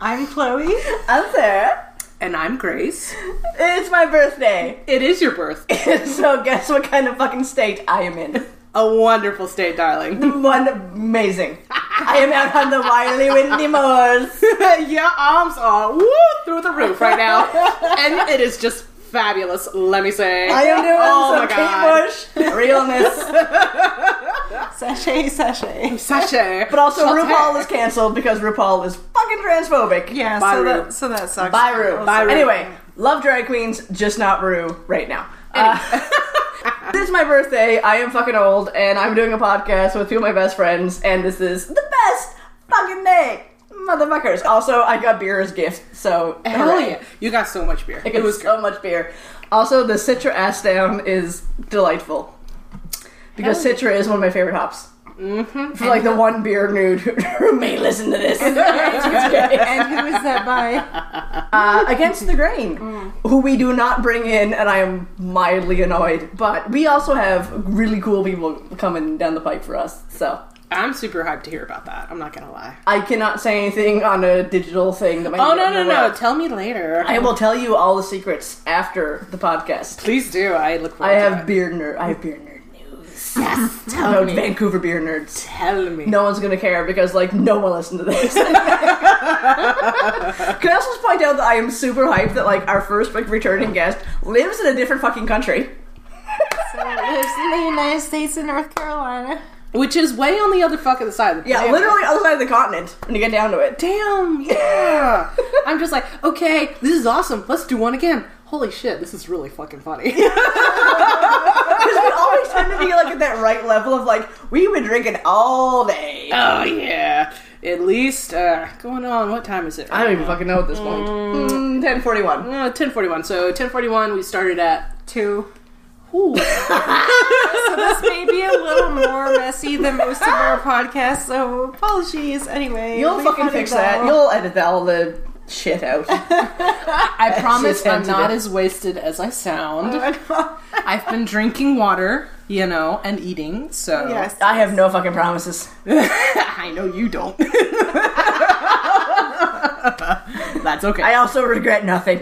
I'm Chloe. I'm Sarah. And I'm Grace. It's my birthday. It is your birthday. so guess what kind of fucking state I am in? A wonderful state, darling. One amazing. I am out on the wily windy moors. your arms are woo, through the roof right now. and it is just fabulous, let me say. I am doing Oh my some God. Kate Bush realness. Sachet, sachet. Sashay. But also RuPaul is canceled because RuPaul is fucking transphobic. Yeah, Bye, so Rue. that, so that sucks. Bye Ru. Bye, Ru. Anyway, love drag queens, just not Rue right now. Uh, It's my birthday. I am fucking old, and I'm doing a podcast with two of my best friends, and this is the best fucking day, motherfuckers. Also, I got beer as gift, so Hell hooray. yeah. You got so much beer. I got so much beer. Also, the Citra ass down is delightful because Citra is one of my favorite hops. Mm-hmm. For like the one beer nude who may listen to this. And who is that by? uh, against the grain, who we do not bring in, and I am mildly annoyed. But we also have really cool people coming down the pipe for us, so I'm super hyped to hear about that. I'm not going to lie. I cannot say anything on a digital thing that might. Oh, be no, on no, the no. web. Tell me later. I will tell you all the secrets after the podcast. Please do. I look I forward to have it. beer nerd. I have beer nerd news. Yes, No, tell me. Vancouver beer nerds. Tell me. No one's gonna care because like no one listened to this. Can I also just point out that I am super hyped that like our first like returning guest lives in a different fucking country. So it lives in the United States and North Carolina. Which is way on the other fucking side of the Yeah, planet. literally other side of the continent when you get down to it. damn, yeah. I'm just like, okay, this is awesome. Let's do one again. Holy shit, this is really fucking funny. Because we always tend to be like at that right level of like we've been drinking all day. oh yeah. At least uh, going on. What time is it? I don't even fucking know at this point. Mm, Ten forty-one. Uh, 10:41. So 10:41, we started at. Two. Ooh. So this may be a little more messy than most of our podcasts, so apologies. Anyway, You'll we fucking found it fix that. all. You'll edit all the shit out. I promise I'm sensitive. not as wasted as I sound. I've been drinking water, you know, and eating. So yes. I have no fucking promises. I know you don't. That's okay. I also regret nothing.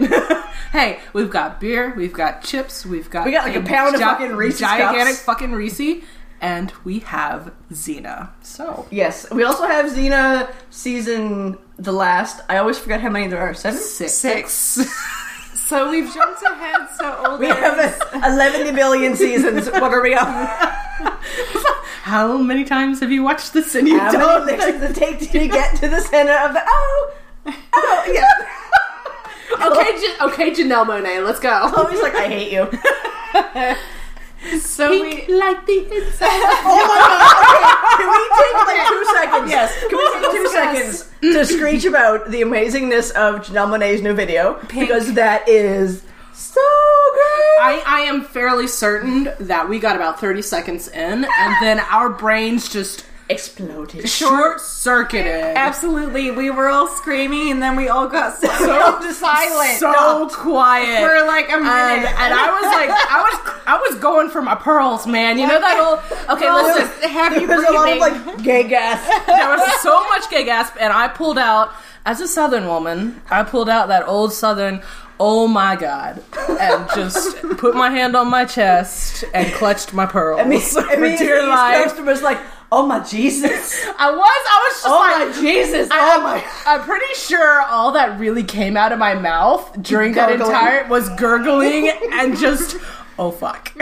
Hey, we've got beer, we've got chips, we've got We got, like, a pound of gi- fucking Reese's gigantic Cups. fucking Reese, and we have Xena. So Yes, we also have Xena season the last. I always forget how many there are. Seven. six. So we've jumped ahead. So old. We have a- eleven billion seasons. What are we on? How many times have you watched this and you How don't? many licks does it take to get to the center of the? Oh, oh, yeah. Okay, Jan- okay, Janelle Monet, let's go. Always like I hate you. so Pink we. like the inside. Can we take like two seconds? Yes. Can we take two seconds to screech about the amazingness of Janelle Monae's new video? Because that is so great. I, I am fairly certain that we got about 30 seconds in, and then our brains just Exploded. short circuited. Absolutely, we were all screaming, and then we all got so, silent. So quiet. for like a and, minute. and I was like, I was, I was going for my pearls, man. You know that whole. Okay, Pearls. listen. happy There's Oh. a lot of breathing. like gay gas. There was so much gay gasp, and I pulled out as a Southern woman. I pulled out that old Southern. Oh my God! And just put my hand on my chest and clutched my pearls I mean, I for mean, dear the life. East Coaster was like, oh my Jesus. I was, I was just Oh like, my Jesus, I, oh my- I'm pretty sure all that really came out of my mouth during that Gurgling. entire was gurgling and just, oh fuck.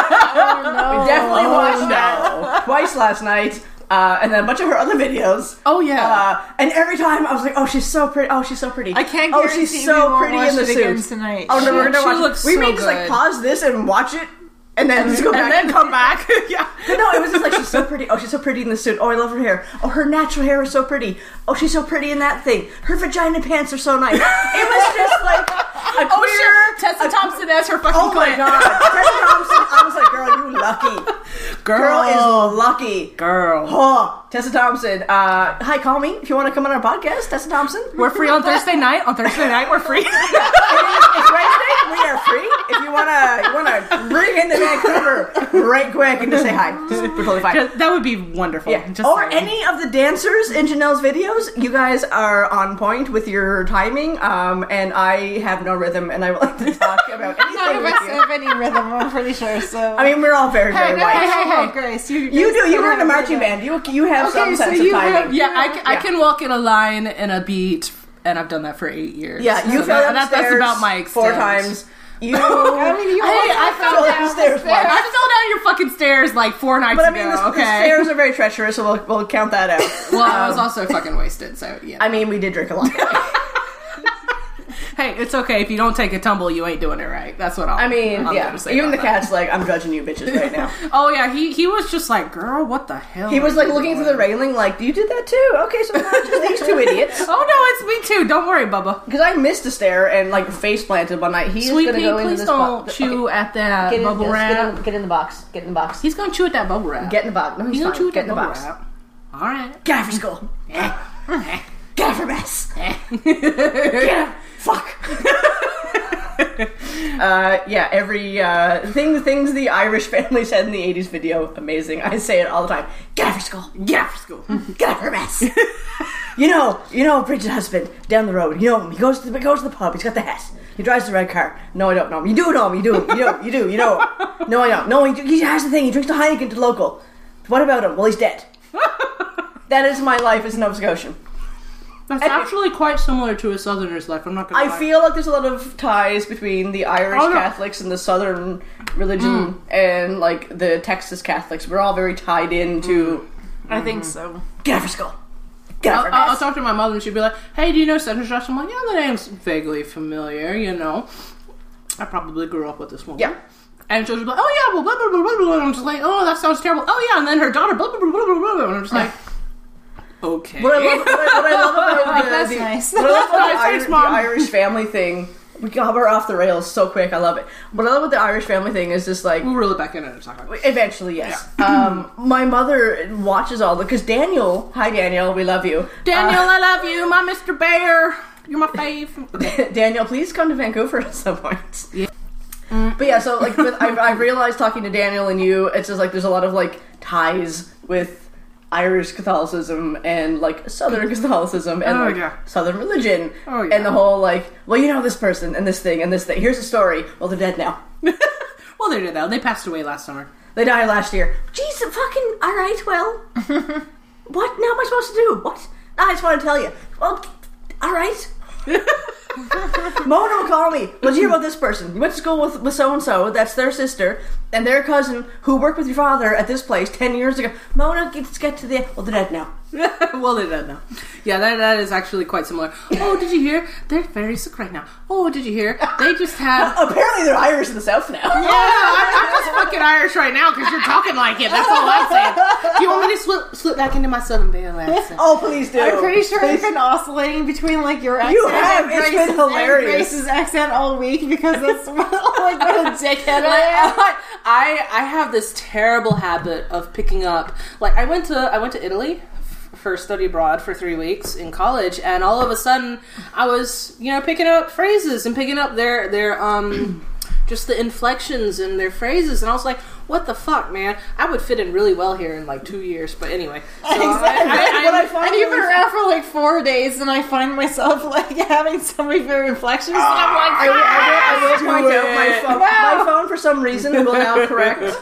Definitely Oh, watched no. that twice last night, uh, and then a bunch of her other videos. Oh yeah. Uh, and every time I was like, "Oh, she's so pretty! Oh, she's so pretty! I can't Oh, guarantee she's so we won't pretty watch in the it again suit tonight. Oh no, we're gonna She watch. looks we so may just like good. pause this and watch it, and then just go back and then come back. yeah. no, it was just like she's so pretty. Oh, she's so pretty in the suit. Oh, I love her hair. Oh, her natural hair is so pretty. Oh, she's so pretty in that thing. Her vagina pants are so nice. It was just like a Oh queer. shit. Tessa Thompson as her fucking Oh my client. god, Tessa Thompson. I was like, girl, you lucky. Girl is lucky. girl. Oh, Tessa Thompson. Uh, hi, call me if you want to come on our podcast. Tessa Thompson. We're free on Thursday night. On Thursday night, we're free. It's Wednesday. We are are free. If you wanna, you wanna bring into Vancouver right quick and just say hi. Just we're totally fine. That would be wonderful. yeah. Just or saying. any of the dancers in Janelle's videos, you guys are on point with your timing. Um, and I have no rhythm, and I would like to talk about None anything of with us you. have any rhythm, I'm pretty sure. So I mean, we're all very, hey, very no, white. hey, hey, hey, Grace, you, You do. You were in in a marching band. You you have Okay, some so sense you of timing. have- Yeah, I, ca- I Yeah. can walk in a line and a beat, and I've done that for eight years. Yeah, you So fell that- that- downstairs That's about my extent. four times. You, I mean, you Hey, walked I up fell and down the stairs the once. I fell down your fucking stairs like four nights but I ago. mean, the, the okay. stairs Um, are very treacherous, so we'll, we'll count that out. well, I was also fucking wasted, so yeah. I mean, we did drink a lot. hey, it's okay if you don't take a tumble, you ain't doing it right. That's what I'll, I mean, I'm yeah. gonna say Even the about that. cat's like, I'm judging you bitches right now. Oh yeah, he he was just like, girl, what the hell? He was are like you looking doing?" through the railing, like, you did that too? Okay, so it's not just these two idiots. Oh no, it's me too. Don't worry, Bubba. Because I missed a stair and like face planted one night. He's Sweet gonna pea, go into please this don't box. chew at that Get in, bubble yes, wrap. Get in, get in the box. Get in the box. He's gonna chew at that bubble wrap. Get in the box. No, he's He's fine. gonna chew at Get in that the bubble box. wrap. All right. Get out for school. Get out for mess. Fuck. uh, yeah, every uh, thing, things the Irish family said in the '80s video, amazing. I say it all the time. Get out for school. Get out for school. Get out for mess. you know, you know, Bridget's husband down the road. You know him. He goes to the he goes to the pub. He's got the Hess. He drives the red car. No, I don't know him. You do know him. You do. You know. You do. You know. Him. No, I don't. No, he, he has the thing. He drinks the Heineken to the local. What about him? Well, he's dead. that is my life as a Nova Scotian. That's actually quite similar to a Southerner's life. I'm not gonna. I lie. feel like there's a lot of ties between the Irish Oh, Hmm. no. Catholics and the Southern religion and like the Texas Catholics. We're all very tied into I think so. get out for school, get out I'll, for I'll I'll mass. talk to my mother and she'd be like, "Hey, do you know Sandra Josh?" I'm like, "Yeah, the name's vaguely familiar. You know, I probably grew up with this woman." Yeah. And she'll just be like, "Oh yeah, well, blah blah blah blah blah." And I'm just like, "Oh, that sounds terrible." Oh yeah, and then her daughter, blah blah blah blah blah. blah. And I'm just like, "Okay." What I love, what I, what I love about the, That's the- nice. what I love about Nice, the, Irish, thanks, Mom. the Irish family thing. We got her off the rails so quick. I love it. What I love about the Irish family thing is just like We'll reel it back in at a time. Eventually, yes. Um, my mother watches all the because Daniel. Hi, Daniel. We love you. Daniel, I love you, my Mr. Bear. You're my fave. Daniel, please come to Vancouver at some point. But yeah, so like with, I, I realized talking to Daniel and you, it's just like there's a lot of like ties with Irish Catholicism and like Southern Catholicism and Oh, like, yeah. Southern religion Oh, yeah. and the whole like, well, you know this person and this thing and this thing. Here's a story. Well, they're dead now. well, they did though. They passed away last summer. They died last year. Jeez, fucking all right. Well, what now? Am I supposed to do what? I just want to tell you. Well, all right. Mona will call me. Let's hear about this person. You went to school with with so and so. That's their sister and their cousin who worked with your father at this place ten years ago. Mona, let's get to the. Well, they're dead now. well, they don't know. Yeah, that, that is actually quite similar. Oh, did you hear? They're very sick right now. Oh, did you hear? They just have. Apparently, they're Irish in the South now. Oh, I'm, I'm just fucking Irish right now because you're talking like it. That's all I'm saying. Do you want me to slip, slip back into my Southern Belle accent? Oh, please do. I'm pretty sure I've been oscillating between like your accent have. and, It's Grace's, been hilarious. and Grace's accent all week because that's what, like what a dickhead I am. I, I I have this terrible habit of picking up. Like I went to I went to Italy f- for study abroad for three weeks in college, and all of a sudden I was you know picking up phrases and picking up their their um just the inflections and their phrases, and I was like, what the fuck, man? I would fit in really well here in like two years, but anyway. So That's what I And find you've been really- around for like four days, and I find myself like having so many favorite inflections, and I'm like, I will, I will, I will point Do out my it. phone. My phone, for some reason, will now correct.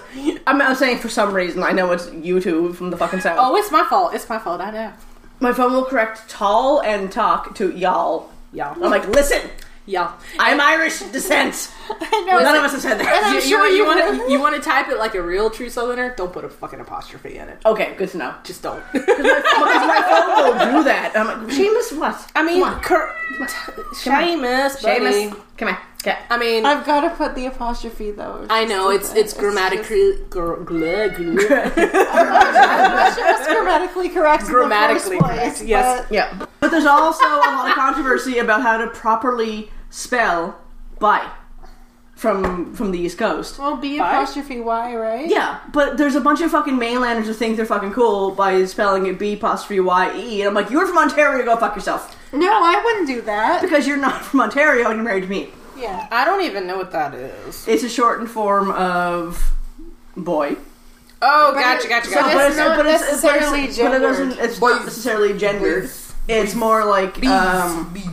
I'm, I'm saying for some reason. I know it's YouTube from the fucking sound. Oh, it's my fault. It's my fault. I know. My phone will correct tall and talk to y'all. I'm Y'all. like, listen, Y'all. I'm Irish descent. I know. None of us have said And that. I'm You, sure you, you want were. to you want to type it like a real true Southerner? Don't put a fucking apostrophe in it. Okay, good to know. Just don't. Because my phone will do that. I'm like, Seamus, what? I mean, Come on. cur- Seamus, buddy. Seamus, come here. Okay. I mean, i I've got to put the apostrophe though. know it's it's grammatically gr- gl- gl- I'm sure it's grammatically correct. Grammatically in the first correct, place, yes. but- Yeah. But there's also a lot of controversy about how to properly spell "by" from from the East Coast. Well, B Why? apostrophe Y, right? Yeah, but there's a bunch of fucking mainlanders who think they're fucking cool by spelling it B apostrophe Y E, and I'm like, you're from Ontario, go fuck yourself. No, I wouldn't do that. Because you're not from Ontario and you're married to me. Yeah. I don't even know what that is. It's a shortened form of boy. Oh, But gotcha, it- gotcha, so gotcha. but it's not but it's- but it's- necessarily But it gendered. doesn't. It's not Boys. necessarily gendered. Boys. It's more like um, bees,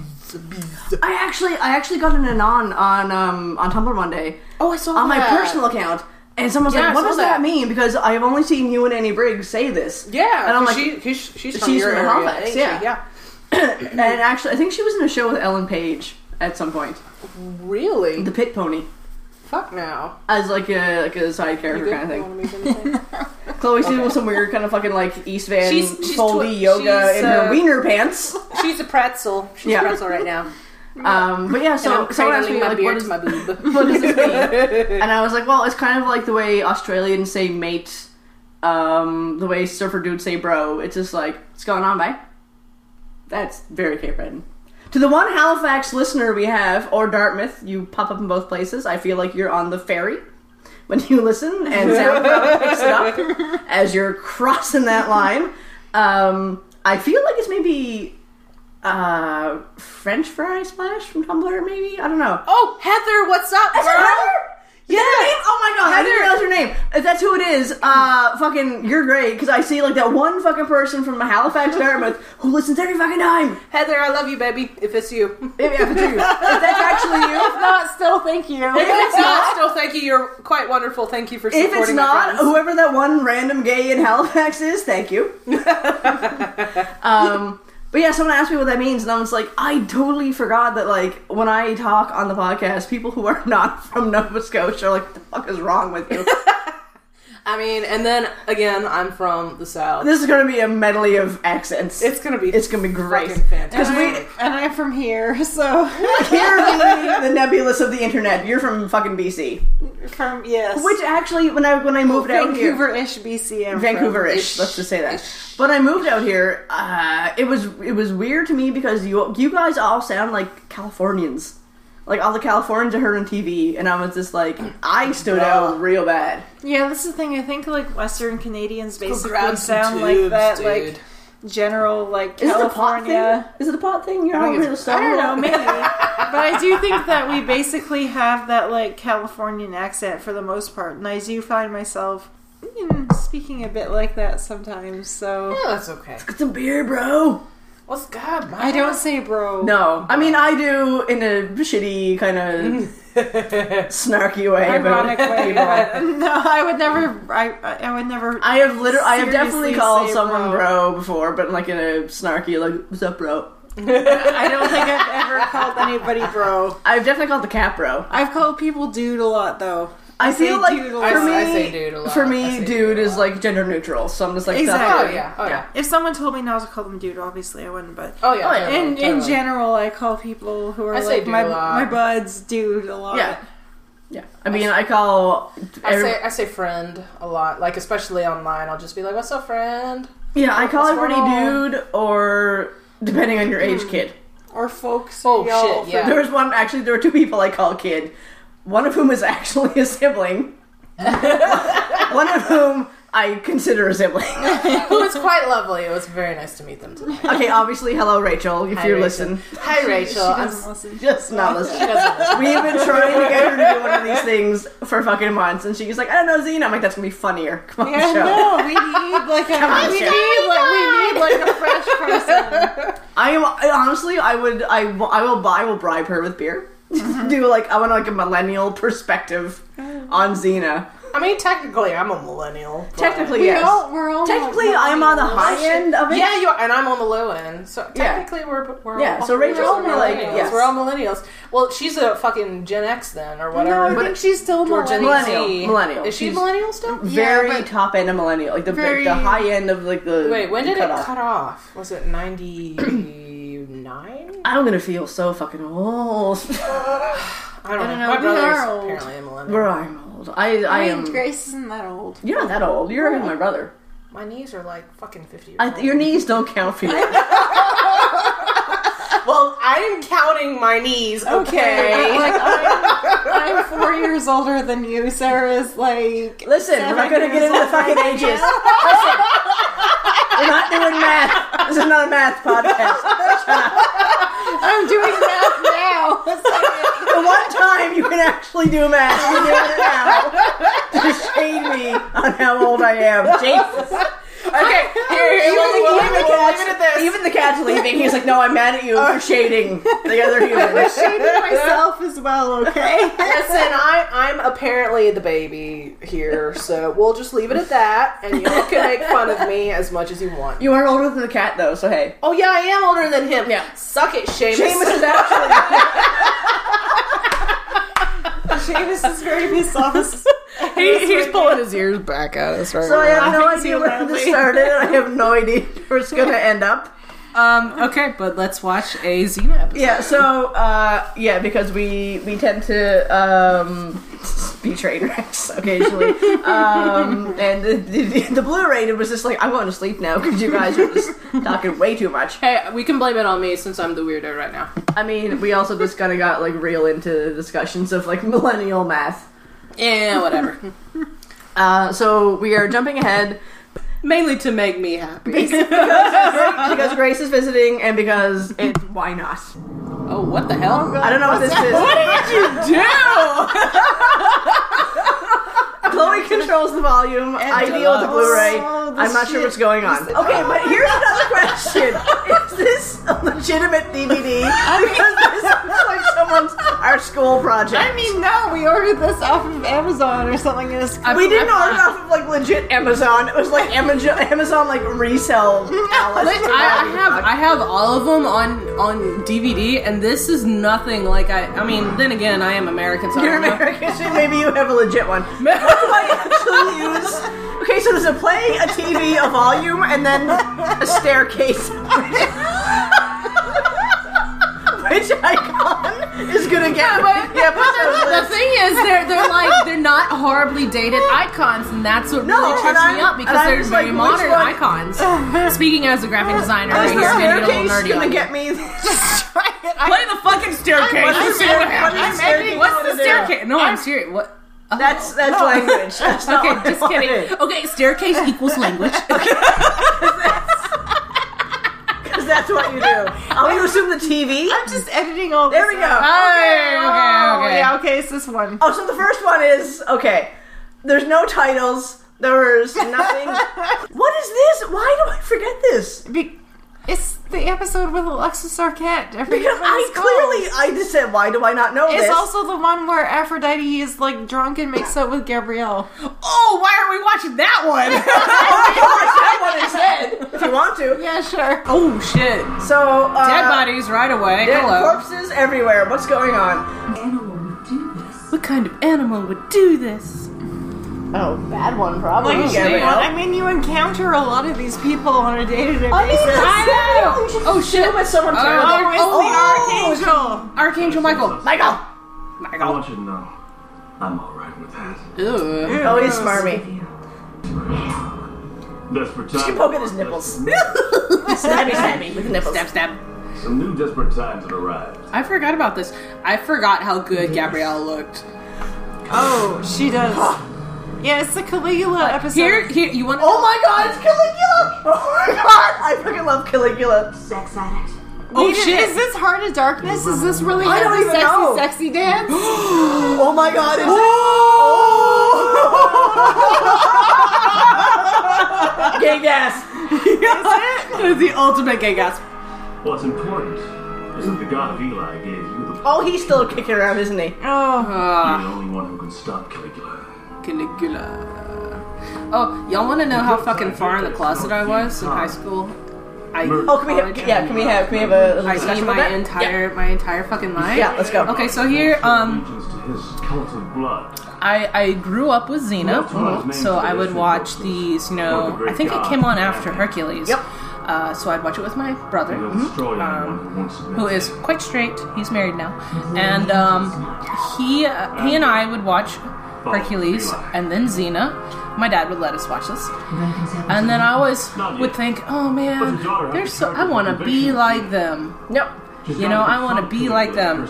bees. I actually, I actually got an anon on um on Tumblr Monday Oh, I saw on my that. personal account, and someone's Yeah, I like, "What saw does that. that. mean?" Because I have only seen you and Annie Briggs say this. Yeah, and I'm 'cause like, she, she's, she's from she's your from area, Halifax, ain't she? yeah. yeah. and actually, I think she was in a show with Ellen Page at some point. Really? The Pit Pony Fuck now. as like a like a side character kind of You thing. wanna make anything? Chloe's doing some weird kind of fucking like East Van She's- she's foldy tw- yoga she's, in her uh, wiener pants. She's a pretzel. She's Yeah. a pretzel right now. Um, but yeah, So so someone asked me my like, beard "What is to my boob. what does this mean? and I was like, well, it's kind of like the way Australians say mate, um, the way surfer dudes say bro. It's just like, what's going on, bye? That's very Cape Breton. To the one Halifax listener we have, or Dartmouth, you pop up in both places. I feel like you're on the ferry when you listen, and SoundCloud picks it up as you're crossing that line. Um, I feel like it's maybe uh, French fry splash from Tumblr, maybe? I don't know. Oh, Heather, what's up, Is that girl? Heather? Is that her Yeah. name? Oh my god, I didn't Heather. realize her name. If that's who it is, uh, fucking, you're great because I see like that one fucking person from Halifax, Dartmouth, who listens every fucking time. Heather, I love you, baby. If it's you, Maybe I could do. If that's actually you, Not still, thank you. if it's not, still thank you. You're quite wonderful. Thank you for supporting. if it's my not, friends. whoever that one random gay in Halifax is, thank you. um, but yeah, someone asked me what that means, and I was like, I totally forgot that like when I talk on the podcast, people who are not from Nova Scotia are like, what the fuck is wrong with you? I mean, and then again, I'm from the south. this is gonna be a medley of accents. it's gonna be. It's gonna be great. fucking fantastic. Because we And I'm from here, so here the, the nebulous of the internet. You're from fucking BC, from yes, which actually, when I when I oh, moved out here, Vancouver-ish BC. I'm from. Vancouverish. Let's just say that. When I moved out here, uh, it was it was weird to me because you you guys all sound like Californians. Like all the Californians I heard on TV, and I was just like, I stood out real bad. Yeah, that's the thing. I think like Western Canadians basically grab some sound like tubes, that, dude. like general like Is it the pot thing? California. Is it the pot thing? You're all think over it's- the I don't know, maybe, but I do think that we basically have that like Californian accent for the most part, and I do find myself mm, speaking a bit like that sometimes. So Oh, that's okay. Get some beer, bro. What's God? My I don't say bro. No, I mean I do in a shitty kind of snarky way. about ironic way, but no, I would never. I I I would never. I have literally, I have definitely Seriously called say someone bro. bro. before, but like in a snarky, like "What's up, bro?" I don't think I've ever called anybody bro. I've definitely called the cat bro. I've called people dude a lot though. I say feel like dude a for lot. me, I say dude a lot. for I say me, dude dude, a is lot. like gender neutral, so I'm just like, Exactly. Oh "Stop it." yeah. Oh yeah. If someone told me not to call them dude, obviously I wouldn't. But Oh yeah. Oh, yeah. totally, in in totally. general, I call people who are I say like dude my a lot. my buds dude a lot. yeah, yeah. I mean, I call, I every- say I say friend a lot, like especially online. I'll just be like, "What's up, friend?" yeah, I call What's everybody wrong? Hmm. dude, or depending on your age, kid. or folks. Oh, y'all shit, yeah. There was one actually. There were two people I call kid. One of whom is actually a sibling. one of whom I consider a sibling. Who was quite lovely. It was very nice to meet them today. Okay, obviously, hello Rachel, if Hi, you Rachel. listen. Hi, for- Rachel. She I'm doesn't listen. Just not she listen. doesn't listen. We've been trying to get her to do one of these things for fucking months, and she's like, I don't know, Zine. I'm like, that's gonna be funnier. Come on, show. Yeah, no, we need like a on, we Cheryl. need like we need like a fresh person. I am I, honestly, I would, I, will- I will, buy, I will bribe her with beer. Mm-hmm. do like, I want like a millennial perspective Oh. on Xena. I mean, technically, I'm a millennial. but- Technically, We yes. all we're Oh, all Technically, I'm on the high end of it. Yeah, you are, and I'm on the low end. So Yeah. technically, we're we're Yeah, All, so Rachel's we're all gonna be like, millennials. yes. We're all millennials. Well, she's a fucking Gen X then, or No, whatever. I but think she's still or Gen millennial. Millennial, Z. millennial. Is she She's- millennial still? Very Yeah, but- top end of millennial, like the, Very- the high end of like the. Wait, when did cutoff. it cut off? Was it ninety nine? I'm gonna feel so fucking old. I don't know. know. My We brother's are old. apparently a millennial. Bro, I'm old. I, I I am. mean, Grace isn't that old. You're not that old. You're my brother. My knees are like fucking fifty. Years I, your knees don't count for you. old. Well, I am counting my knees. Oh, Okay. like I'm, I'm four years older than you. Sarah is like Listen, we're not gonna get into the fucking ages. Listen, we're not doing math. This is not a math podcast. I'm doing math now. The one time you can actually do math. You're doing it now to shade me on how old I am. Jesus. Okay, here, here, Even, we'll, even the Oh. we'll leave cat's, it at this. even the cat's leaving. He's like, "No, I'm mad at you for shading the other humans." Shading myself as well, okay? Listen, I, I'm apparently the baby here, so we'll just leave it at that, and you all can make fun of me as much as you want. You are older than the cat, though, so hey. Oh yeah, I am older than him. Yeah. Suck it, Seamus. Seamus is actually Seamus is very pissed off. He, he's pulling his ears back at us right so I now. have no Laughing idea too where this loudly. started. and I have no idea where it's going to end up. Um, okay, but let's watch a Xena episode. Yeah. So uh, yeah, because we we tend to um, be train wrecks occasionally, um, and the, the, the Blu-ray it was just like I'm going to sleep now because you guys are just talking way too much. Hey, we can blame it on me since I'm the weirdo right now. I mean, we also just kind of got like real into discussions of like millennial math. Yeah, whatever. Uh, so we are jumping ahead Mainly to make me happy. because Grace is visiting and because it why not? oh, what the hell? I don't know what this is. What did you do? Chloe controls the volume. I deal with the Deluxe. Blu-ray. Oh, the I'm not sure shit. what's going on. Okay, but here's another question: Is this a legitimate DVD? Because this looks like someone's our school project. I mean, no, we ordered this off of Amazon or something. And it's we didn't order it off of like legit Amazon. It was like Amazon, Amazon like resell. outlets. I, I have I have all of them on on DVD, and this is nothing like I. I mean, then again, I am American, so I You're don't know. American, so maybe you have a legit one. What do I actually use? Okay, so there's a play, a TV, a volume, and then a staircase. Which icon is gonna get me? Yeah, The thing is, they're they're like they're not horribly dated icons, and that's what No, really and trips I'm- me up and because I'm they're just very like, which modern one- icons. Speaking as a graphic designer, right is the here, getting a little staircase nerdy. gonna on you. get me? Play the fucking staircase. What's the stair- what is the staircase What's gonna the do? staircase? No, I'm serious. What? Oh. That's that's language. That's not what I okay. Just kidding. wanted. Okay, staircase equals language. 'Cause that's what you do. I'll you assume the TV. I'm just editing all. There this we go. out. Okay, Oh, okay, okay. yeah, okay, it's this one. Oh, so the first one is okay. There's no titles. There's nothing. what is this? Why do I forget this? Be- it's the episode with Alexis Arquette. I forget Because what I it's called. clearly, I just said, why do I not know It's this? also the one where Aphrodite is like drunk and makes up with Gabrielle. Oh, why are we watching that one? if you want to. Yeah, sure. oh shit! So uh, Dead bodies right away. dead Hello. corpses everywhere. What's going on? What kind of animal would do this? Oh, bad one probably. Like, you know, I mean, you encounter a lot of these people on a day to day basis. Oh shit! With someone Oh, terrible. Or is Oh, the Archangel. Archangel Michael. Michael. I want you to know, I'm all right with that. Ew. Oh, he's smarmy. Desperate times. Keep poking his nipples. snabby, snabby with the nipples. Stab, stab. Some new desperate times have arrived. I forgot about this. I forgot how good Gabrielle looked. Oh, she does. Yeah, it's the Caligula episode. Here, here, you want? Oh my god, it's Caligula! Oh my god, I fucking love Caligula. sex addict. oh Wait, Is shit! this Heart of Darkness? Is this really I don't Heavy even sexy, know. sexy dance? Oh my god, it's. Oh! Gay gas. the ultimate gay gasp. What's important is that the god of Eli gave you the Oh, he's still kicking around, isn't he? Oh, You're the only one who can stop Caligula. Caligula. Oh, y'all want to know how fucking far in the closet I was in high school? I Oh, can we have? Yeah, can we have? Can we have a? I little see discussion about my that? entire my entire fucking life. Yeah, let's go. Okay, so here, um, Allegiance to his cult of blood. I, I grew up with Xena, That's one of his main so I would traditions. watch these, you Or the know, Great I think it God. came on after Hercules. Yep. Uh, so I'd watch it with my brother, Mhm. You'll Mm-hmm. destroy anyone who wants to. Um, who is quite straight. He's married now. Mhm. And um, he, uh, he and I would watch Hercules and then Xena. My dad would let us watch this. And then I always would think, oh man, they're so, I want to be like them. Yep. You know, I want to be like them.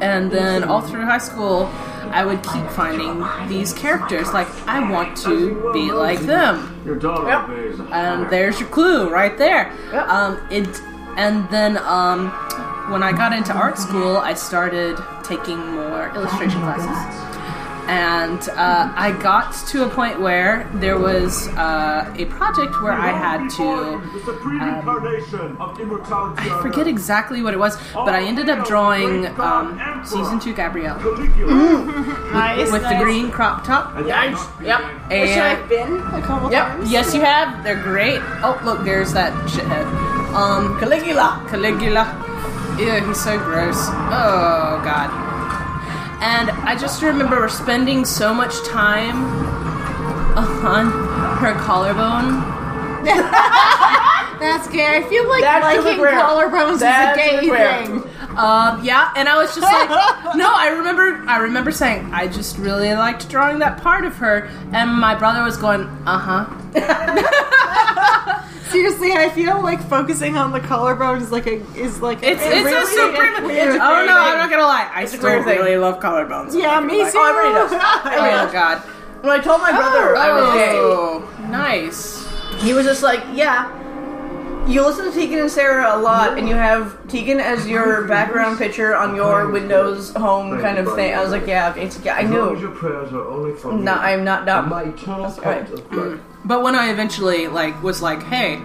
And then all through high school, I would keep finding these characters. Like, I want to be like them. Your daughter Yep. obeys. a higher Um, And there's your clue right there. Yep. Um, it, and then um, when I got into art school, I started taking more illustration classes. And uh, I got to a point where there was uh, a project where I had to. um, It's the pre-incarnation of immortality. I forget exactly what it was, but I ended up drawing um, season two Gabrielle Caligula. Mm. Nice. with the nice. green crop top. Yikes. Yep. Which And I've been a couple times. yes, you have. They're great. Oh, look, there's that shithead. Um, Caligula. Caligula. Ew, he's so gross. Oh God. And I just remember spending so much time on her collarbone. That's gay. I feel like That's liking super rare. collarbones That's is a gay super rare. thing. Um, yeah, and I was just like, no, I remember, I remember saying, I just really liked drawing that part of her, and my brother was going, uh huh. Seriously, I feel like focusing on the collarbone is like a is like a, It's it's really a super. weird oh no, thing. I'm not gonna lie, I still weird thing. really love collarbones. Yeah, me too. Oh my god. When I told my brother I was gay, Oh, nice. he was just like, yeah. You listen to Tegan and Sarah a lot, and you have Tegan as your background picture on your Windows home kind of thing. I was like, yeah, okay, it's, yeah, I As long as knew. your prayers are only for me. No, I'm not dumb. My eternal right. pint of blood. But when I eventually like was like, hey,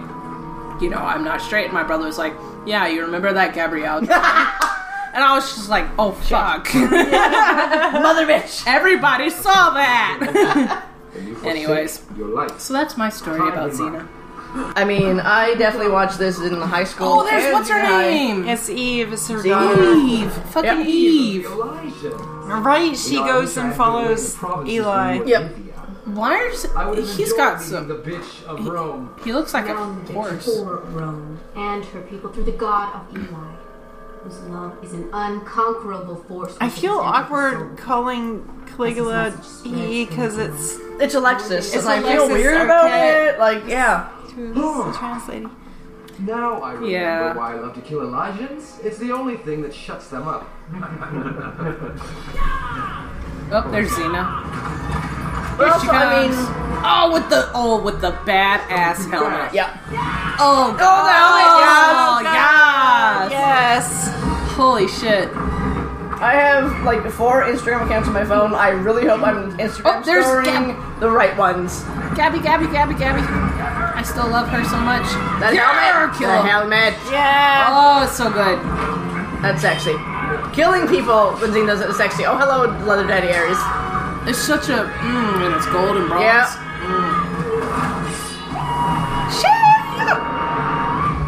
you know, I'm not straight, and my brother was like, yeah, you remember that Gabrielle? and I was just like, oh fuck, Mother bitch. everybody saw that. And you forsake Anyways. Your life. so that's my story about Xena. I mean, I definitely watched this in high school. Oh, there's and what's her high- name? It's Eve. It's her See? daughter. Eve, fucking Yeah. Eve. Elijah. Right, she goes and follows Eli. Yep. Why is I would he's enjoy got being some? The bitch of Rome. He looks like a Rome did horse. for Rome and her people through the god of Eli, whose love is an unconquerable force. I within feel every awkward soul. calling Caligula E because it's It's Alexis, It's and I feel Alexis weird about Arquette. it. Like, yeah. who's translating. Now I remember Yeah. why I love to kill Elijans. It's the only thing that shuts them up. Oh, there's Xena. But also, She I comes. mean, Oh, with the oh, with the badass helmet. yeah. Oh, God. Oh, yes. Yes, Holy shit. I have like four Instagram accounts on my phone. I really hope I'm Instagram Oh, there's storing the right ones. Gabby, Gabby, Gabby, Gabby. I still love her so much. That helmet. kill The him. helmet. Oh, yeah. Oh, it's so good. That's sexy. Killing people when Zing does it is sexy. Oh, hello, Leather Daddy Aries. It's such a mmm, and it's gold and bronze. Yeah.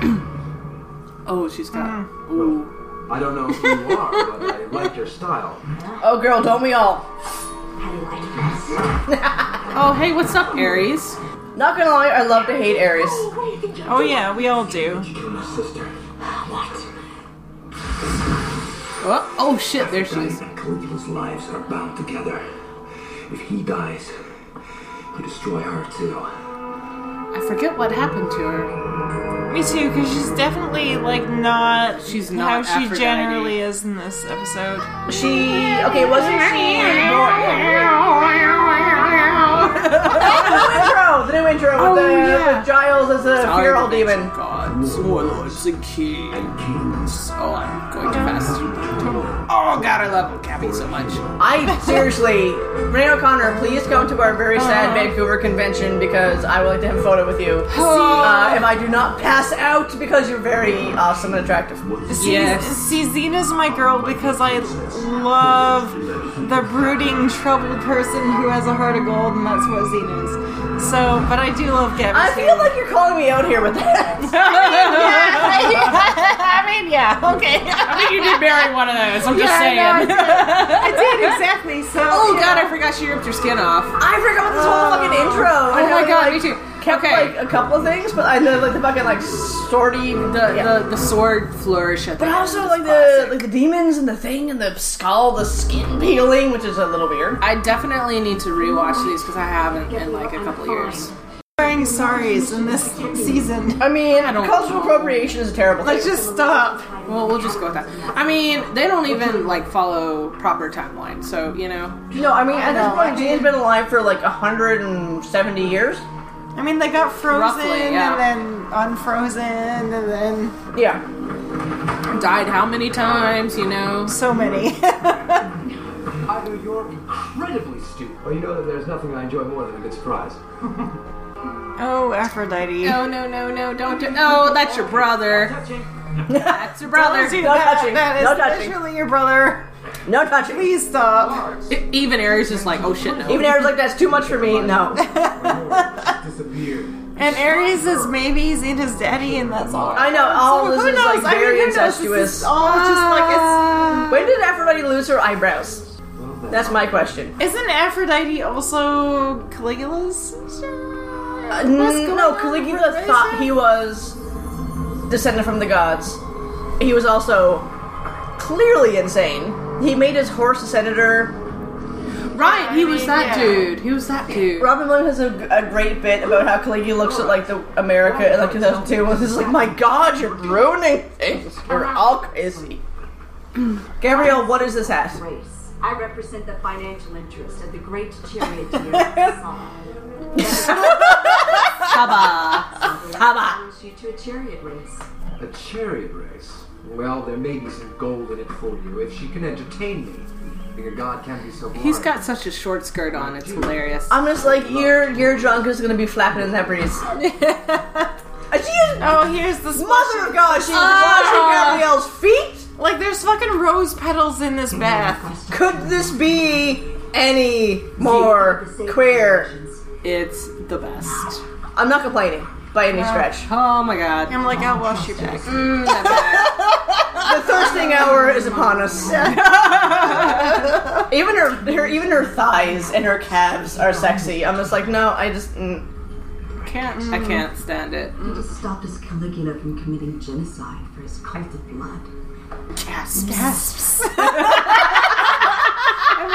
Mm. oh, she's got. Ooh. I don't know who you are, but I like your style. Oh, girl, don't we all? Had Eli dressed. Oh, hey, what's up, Aries? Not gonna lie, I love to hate Aries. What do you think you're Oh yeah, we all do. You killed my sister. Oh, oh shit, there she is. and Caligula's lives are bound together. If he dies, you destroy her too. I forget what happened to her. Me too, because she's definitely like not. She's not how she Aphrodite. generally is in this episode. She okay? Wasn't she? Oh, the new intro. The new intro with, the, yeah. with Giles as a fear all demon. Gods, warlords, and kings. Kings. Oh, I'm going too fast. Oh god, I love Gabby so much. I seriously, Renee O'Connor, please come to our very Uh-huh. sad Vancouver convention because I would like to have a photo with you. Oh. Uh, if I do not pass out because you're very awesome and attractive. See, Yes. see, Xena's my girl because I love the brooding, troubled person who has a heart of gold, and that's what Xena is. So, but I do love Gabby. I feel like you're calling me out here with that. I mean, yeah, okay. I think you did bury one of those. I'm just saying. I know, I did exactly. So, oh you god, know. I forgot she ripped her skin off. I forgot this whole fucking intro. Oh my god, me like, too. kept okay. like a couple of things, but I know like the fucking like sorty. the, yeah. the the sword flourish at the But end also is like the classic. like the demons and the thing and the skull, the skin peeling, which is a little weird. I definitely need to rewatch these because I haven't in like a couple years. wearing saris in this season. I mean, don't cultural know. appropriation is a terrible. Let's thing. just stop. Well, we'll just go with that. I mean, they don't even like follow proper timeline, so you know. No, I mean at this point, Jane's been alive for like 170 years. I mean, they got frozen Roughly, yeah. and then unfrozen, and then Yeah. died how many times, you know? So many. Either you're incredibly stupid, or you know that there's nothing I enjoy more than a good surprise. oh, Aphrodite. No, no, no, no, don't do No, that's your brother. Touching. That's your brother. Don't do No that. touching. That is No touching. literally your brother. No touching. Please stop. Even Aries is like, oh shit, no. Even Aaron's like, that's too much for me. No. Disappeared. And Aries is maybe he's in his daddy, and that's all. I know, all Oh, Who this is knows? like I mean, very who knows? This incestuous. is all just like When did Aphrodite lose her eyebrows? That's my question. it's. Isn't Aphrodite also Caligula's sister? Uh, What's going no, on? Caligula What is thought that? he was descended from the gods. He was also clearly insane. He made his horse a senator. Right, he was that yeah. dude. He was that dude. Robin Williams has a, a great bit about how Caligula looks at like the America in like 2002 and is like, my god, you're ruining things. We're all crazy. Gabrielle, what is this hat? race. I represent the financial interest of the great charioteer Saul. Baba. Baba you to a chariot race. A chariot race. Well, there may be some gold in it for you if she can entertain me. Being a god can be so blind. He's got such a short skirt on, it's hilarious. I'm just like, your your drunk is gonna be flapping in that breeze. she is Oh, here's the mother of God, she's washing Ah. Gabrielle's feet. Like there's fucking rose petals in this bath. Could this be any more queer? It's the best. I'm not complaining by any stretch. Oh my god. I'm like, I'll wash your back. Mm. The thirsting hour is upon us. even her, her even her thighs and her calves are sexy. I'm just like, no, I just mm. Can't. I can't stand it. He just stopped his Caligula from committing genocide for his cult of blood. gasps. I'm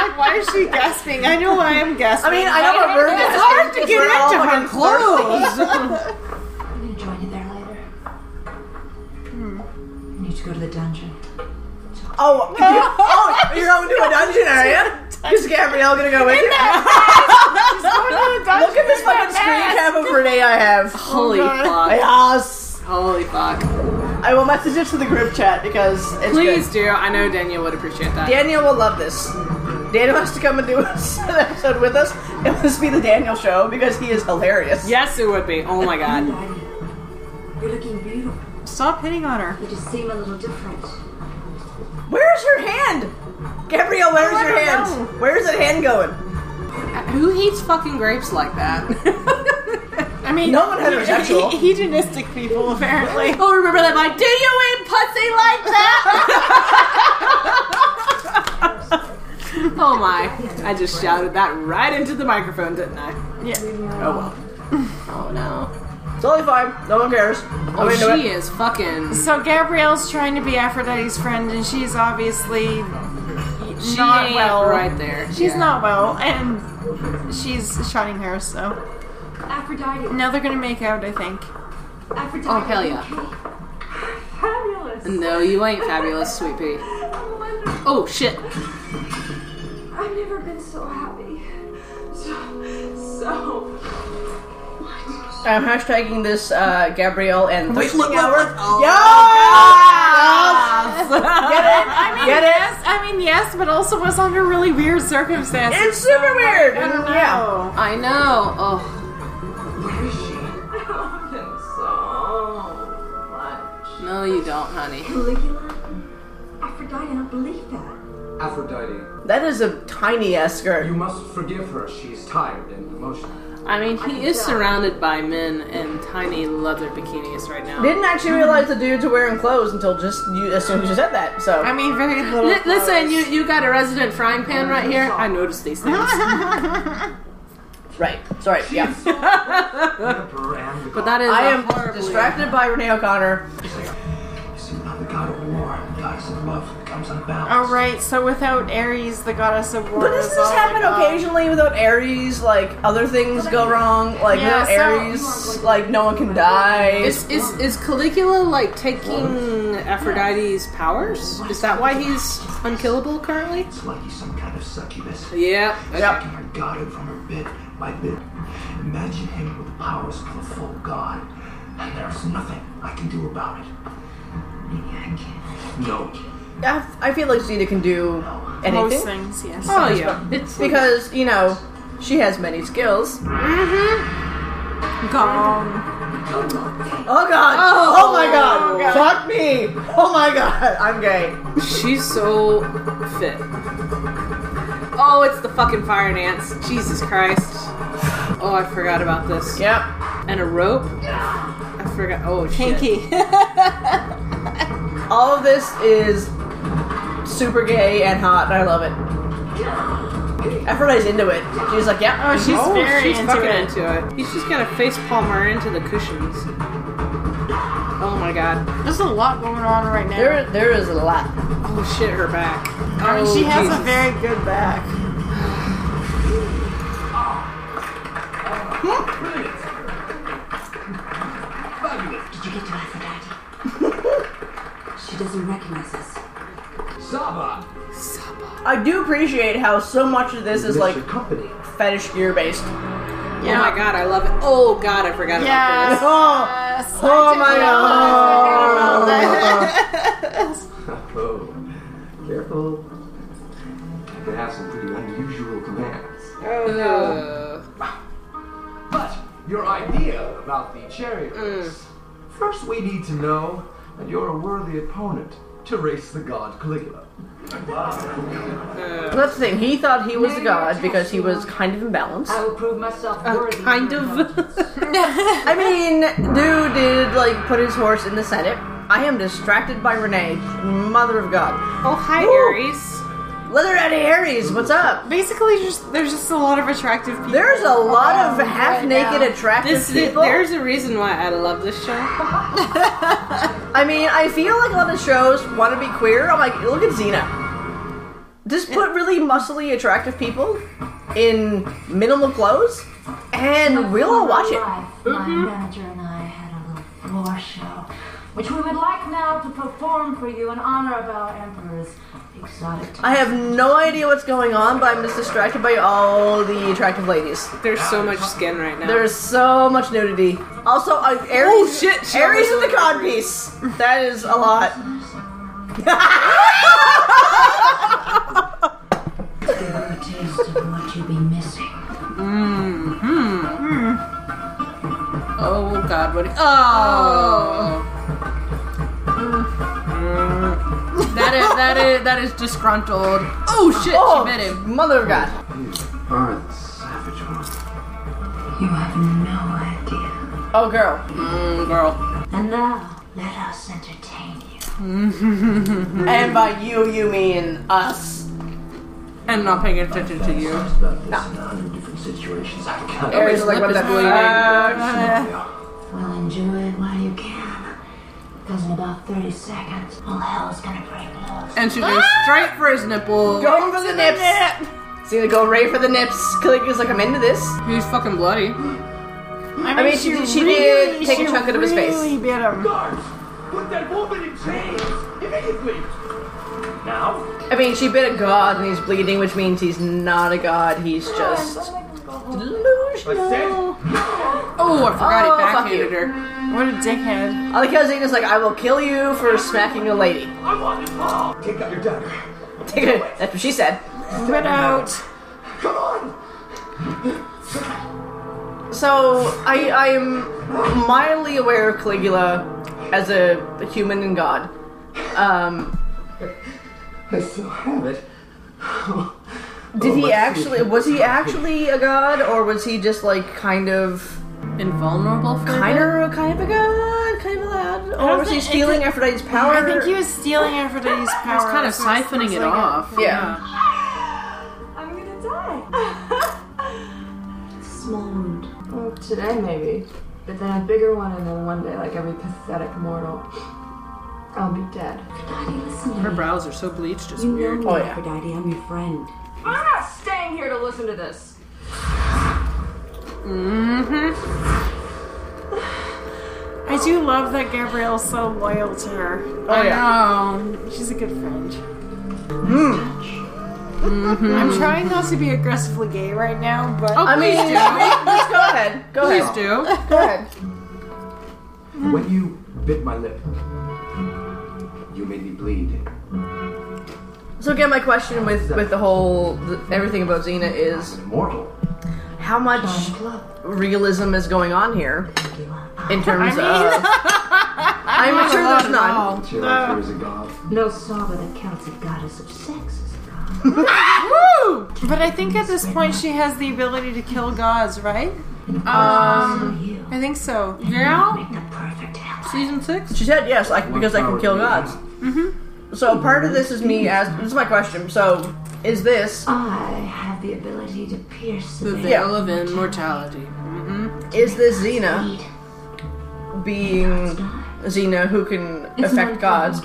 like, why is she gasping? I know why I'm gasping. I mean, I know what we're It's hard to get we're all into her fucking clothes. I'm gonna join you there later. I need to go to the dungeon. Oh, oh, you're going to a dungeon area? Is Gabrielle gonna go with you? Look at this fucking screen cap of Renee I have. Holy fuck. Yes. Holy fuck. I will message it to the group chat because it's Please good. do. I know Daniel would appreciate that. Daniel will love this. Daniel has to come and do an episode with us. It must be the Daniel show because he is hilarious. Yes, it would be. Oh my god. Daddy, you're looking beautiful. Stop hitting on her. You just seem a little different. Where's your hand? Gabrielle, where's your don't hand? know. Where's that hand going? Who eats fucking grapes like that? I mean, No one heterosexual. he- he- hedonistic people apparently. oh, remember that line? Do you eat pussy like that? oh my. I just shouted that right into the microphone, didn't I? Yeah. Oh well. Oh no. It's only fine. No one cares. Oh, I'm into it. she is fucking. So Gabrielle's trying to be Aphrodite's friend, and she's obviously She not ain't well. right there. she's Yeah. not well, and she's shunning her. So Aphrodite. now they're gonna make out, I think. Aphrodite. Oh, hell yeah. okay? Fabulous. No, you ain't fabulous, sweet pea. Wonderful. Oh shit. I've never been so happy. So, so. I'm hashtagging this uh, Gabrielle and Wait, look, look, look. Oh, Yes! Get it? I mean, Get it? yes. I mean, yes, but also was under really weird circumstances. It's super weird. I don't know. Yeah. I know. Oh Where is she? no, you don't, honey. Caligula? Aphrodite, I don't believe that. Aphrodite. That is a tiny ass You skirt. must forgive her. She's tired and emotional. I mean, he is surrounded by men in tiny leather bikinis right now. Didn't actually realize the dudes were wearing clothes until just you, as soon as you said that. So I mean, very little. Li- listen, you you got a resident frying pan right here. I noticed these things, right, sorry, yeah. Emperor and the but that is I a am horribly- distracted by Renee O'Connor. See, now the god of war, the goddess of love, becomes All unbalanced. right, so without Ares, the goddess of war. But doesn't is this all happen I got. occasionally without Aries? Like other things go wrong. Like Yeah, without so- Aries, like no one can die. Is, is is Caligula like taking Aphrodite's powers? Is that why he's unkillable currently? It's like he's some kind of succubus. Yep. Yep. Taking her godhood from her bit by bit. Imagine him with the powers of a full god. And there's nothing I can do about it. Maybe I can. No. I, I feel like Zeta can do Most anything things, yes. Oh yeah, It's because you know she has many skills. Mm-hmm. Gone. Oh god! Oh, my god! Fuck me! Oh my god! I'm gay. She's so fit. Oh, it's the fucking fire ants. Jesus Christ. Oh, I forgot about this. Yep. And a rope? I forgot. Oh, shit. Pinky. All of this is super gay and hot, and I love it. Aphrodite's into it. She's like, yep. Oh, she's Oh, very she's into fucking it. into it. He's just gonna face palmer into the cushions. Oh my god. There's a lot going on right now. There, there is a lot. Oh shit, her back. I mean, Oh, she has Jesus. a very good back. Did you get to Aphrodite? she doesn't recognize us. Saba! I do appreciate how so much of this is like Mr. company. fetish gear based. Oh my god, I love it. Oh god, I forgot about Yes. this. Oh, Yes, oh I my did god! Oh, careful. You can have some pretty unusual commands. Uh, But your idea about the chariot race. First, we need to know that you're a worthy opponent to race the god Caligula. That's the thing. He thought he was a god because he was kind of imbalanced. I will prove myself worthy. kind your of. indulgence. I mean, dude did like put his horse in the Senate. I am distracted by Renee, mother of God. oh, hi, Woo. Aries. Leather Daddy Aries, what's up? Basically, just there's just a lot of attractive people. There's a lot of around half right naked now. attractive This, is people. there's a reason why I love this show. I mean, I feel like a lot of shows want to be queer. I'm like, look at Xena. Just put really muscly attractive people in minimal clothes, and we'll all watch it. My manager and I had a little floor show, which we would like now to perform for you in honor of our emperor's exotic. I have no idea what's going on, but I'm just distracted by all the attractive ladies. There's so much skin right now. There's so much nudity. Also, uh, Aries. Oh, shit, she Aries in almost the went cod piece. That is a lot. a taste of what you've been missing. oh god, what? Oh. that is that is that is disgruntled. Oh shit, Oh, she bit him. mother of God. You are a savage one. You have no idea. Oh, girl. Mm, girl. And now, let us entertain you. And by you, you mean us. And not paying attention to you. about this in a hundred different situations. I can't Aries is like, what the fuck? Well, enjoy it while you can. Because in about 30 seconds, all hell's gonna break loose. And she goes straight for his nipple. Going for the nips. See, they go right for the nips. Kalika's like, I'm into this. He's fucking bloody. I mean, mean, she- she really- did take a she chunk out of his face. really bit him. Guards! Put that woman in chains! Immediately! Now? I mean, she bit a god and he's bleeding, which means he's not a god. He's just delusional. Oh, I forgot Oh, he fuck backhanded you. her. What a dickhead. I like how Zena's like, I will kill you for smacking a lady. I want it all! Take out your dagger. That's what she said. But out. Come on! So I I am mildly aware of Caligula as a human and god. Um, I still have it. did Oh, he my actually sweet. was he actually a god or was he just like kind of Invulnerable for kind her? of kind of a god, kind of a lad, or don't was he think- I stealing think- Aphrodite's power? I think he was stealing Aphrodite's power. He's kind of so it's- siphoning it's it like a- off. Yeah. I'm gonna die. Small wound. well, today maybe, but then a bigger one, and then one day, like every pathetic mortal, I'll be dead. Aphrodite, listen to Her Oh, me. brows are so bleached, it's You know weird. me, Oh, yeah. Aphrodite. I'm your friend. I'm not staying here to listen to this. I do love that Gabrielle's so loyal to her. Oh yeah. Hmm. Um, She's a good friend. Mhm. I'm trying not to be aggressively gay right now, but I mean, just go ahead. Go please ahead. do. Go ahead. When you bit my lip, You may be bleeding. So again, my question with with the whole the, everything about Xena is Immortal. how much realism is going on here in terms of. I'm sure there's none. The character is a god. No Saba that counts a goddess of sex as a god. Woo! But I think at this point she has the ability to kill gods, right? Um, so you I think so. Now, make the perfect ally. season six. She said yes, I, because I can kill gods. So part of this is me asking. This is my question. So is this I have the ability to pierce the veil. Yeah. veil of immortality. is this Xena being Xena who can affect gods,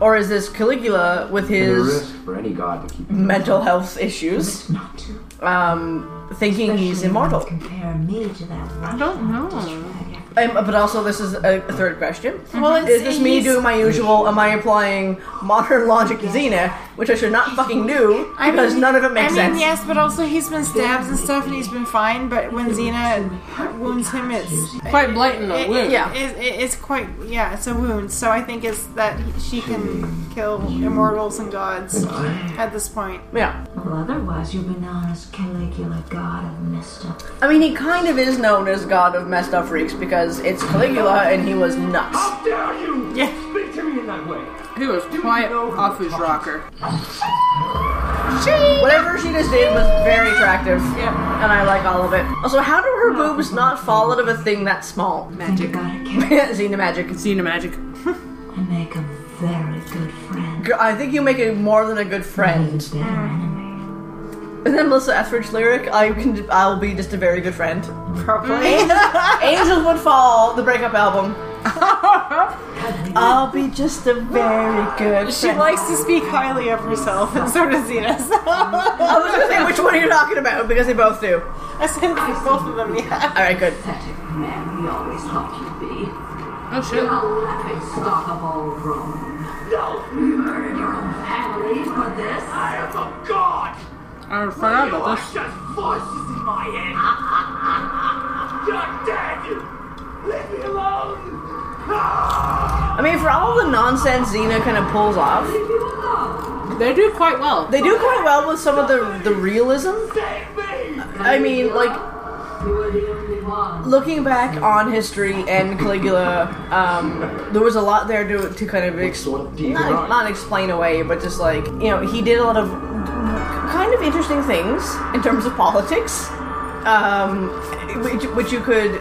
or is this Caligula with The his risk for any god to keep mental health issues, Not to. um, thinking he's Especially immortal? when you Compare me to that. I don't know. Um, but also, this is a a third question. Well, it's, Is this me he's- doing my usual? Am I applying modern logic to Xena, which I should not fucking do I because mean- none of it makes I mean, sense? yes, but also he's been stabbed and stuff, and he's been fine. But when Xena wounds him, it's Quite blatant a wound. Eh, yeah. it, it, it's quite yeah, it's a wound. So I think it's that he- she can kill immortals and gods at this point. Yeah. Well, otherwise you're bananas, Caligula, god of mischief. I mean, he kind of is known as God of Messed Up Freaks because it's Caligula and he was nuts. How dare you Yeah. speak to me in that way? He was quite off his rocker. Whatever she just did was very attractive, Yeah. and I like all of it. Also, how do her boobs not fall out of a thing that small? Magic. gotta kill Xena magic. Xena magic. and make a very good friend. Gr- I think you make a more than a good friend. Mm-hmm. Better Mm-hmm. enemy. Mm. And then Melissa Etheridge lyric, I can, I'll be just a very good friend. Probably. Angels Would Fall, the breakup album. I'll be just a very good She friend. likes to speak highly of herself, and so does Xena. So I was gonna say which one are you talking about because they both do. I said it's both of them. Yeah. All right, good. Pathetic man we always thought you'd be. Oh shit. A laughing stock of all Rome. You murdered your own family for this? I am a god! Ah, I forgot about this. just voices in my head! You're dead! Leave me Ah! alone! I mean, for all the nonsense Xena kind of pulls off, They do quite well. they do quite well with some of the the realism. Save me! I mean, like You were the only one. looking back on history and Caligula, um, there was a lot there to to kind of ex- Sort of deep not, not explain away, but just like you know, he did a lot of kind of interesting things in terms of politics, um, which, which you could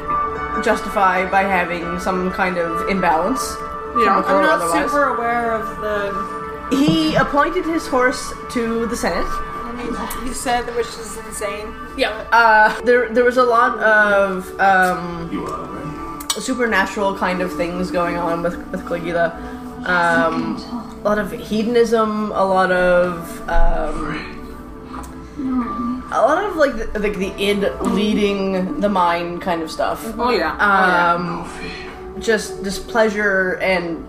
justify by having some kind of imbalance. Yeah. chemical I'm or not otherwise. super aware of the. He appointed his horse to the Senate. I mean, you said which is insane. Uh, there, there was a lot of um, You are ready. supernatural kind of things going on with with Caligula. Um, a lot of hedonism, a lot of um, a lot of like the, like the id leading the mind kind of stuff. Oh yeah. Um, just this pleasure and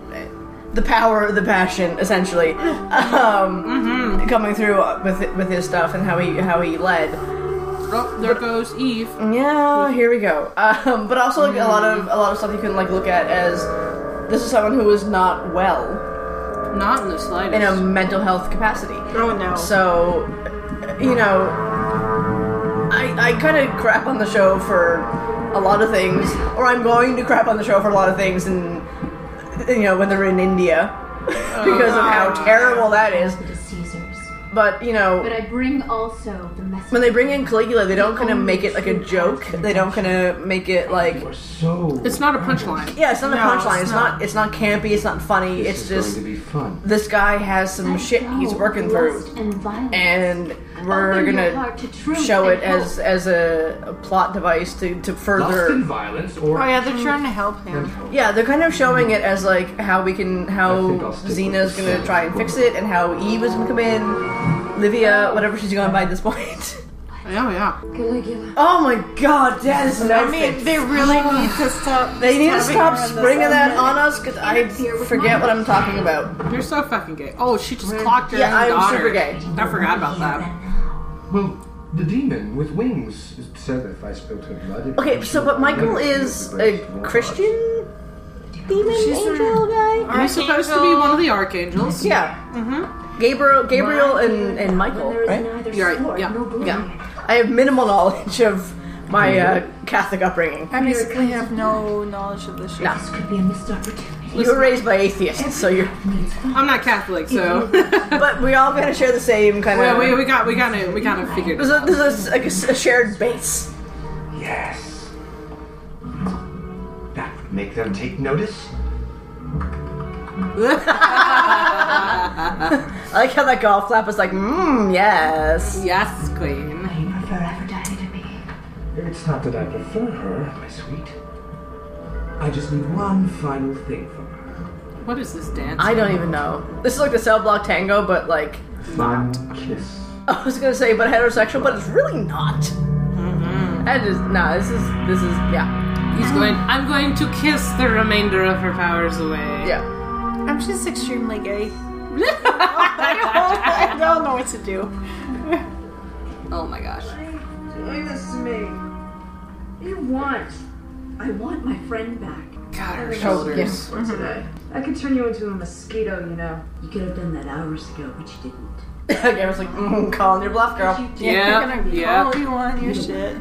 the power, the passion, essentially, um, coming through with with his stuff and how he how he led. oh, there goes Eve. Yeah, here we go. Um, but also like a lot of a lot of stuff you can like look at as this is someone who is not well Not in the slightest. in a mental health capacity. Oh no. So, you know, I I kind of crap on the show for a lot of things, or I'm going to crap on the show for a lot of things, and you know when they're in India because of how terrible that is. The Caesars. But you know, But I bring also the message. when they bring in Caligula, they don't kind of make it like a joke. They don't kind of make it like We're so. it's not a punchline. Yeah, it's not a No, punchline. It's, it's not. It's not campy. It's not funny. This it's is just going to be fun. this guy has some shit Oh, he's working through, And violence. and we're Open your gonna heart to truth show it and hope. as as a, a plot device to to Lust and further. violence or. Oh yeah, they're trying to help him. Yeah, they're kind of showing it as like how we can how I think I'll stick with Xena's this. gonna try and fix it, and how Eve is gonna come in, Livia, whatever she's going by at this point. Oh yeah. Caligula. oh my god, that is no. I mean, they really Ah. need to stop. They need to stop having her in this springing that outfit. on us because I forget what I'm talking about. You're so fucking gay. Oh, she just clocked her Yeah, own I'm daughter. super gay. I forgot about that. Well, the demon with wings it said if I spilled her blood. it Okay, would so but Michael be is the a greatest war. Christian demon angel guy. Or You're supposed to be one of the archangels. Yeah. Gabriel, Gabriel, and, and Michael. Mm-hmm. There is Right? neither You're right, sword yeah, nor blade. Yeah. I have minimal knowledge of my uh, Catholic upbringing. I basically have no knowledge of this shit. No. This could be a missed opportunity. You were raised by atheists, so you're. I'm not Catholic, so But we all kind of share the same kind we, of. we, we got we got it. We kind of figured. There's, it a, out. there's a, like a s- a shared base. Yes. That would make them take notice. I like how that golf clap was like, mmm, yes. Yes, queen. You prefer Aphrodite to me. It's not that I prefer her, my sweet. I just need one final thing from her. What is this dance? I don't even know. This is like the cell block tango, but like. One kiss. I was gonna say, but heterosexual, but it's really not. Mm-hmm. That is nah. This is this is yeah He's going. I'm going to kiss the remainder of her powers away. yeah. I'm just extremely gay. I, don't, I don't know what to do. Oh my gosh. Doing this to me. What do you want? I want my friend back. God, her yes. shoulders. for today. Mm-hmm. I could turn you into a mosquito, you know. You could have done that hours ago, but you didn't. Gabriel's like mm, calling your bluff, girl. You're Yeah. gonna Yeah. call you on your shit.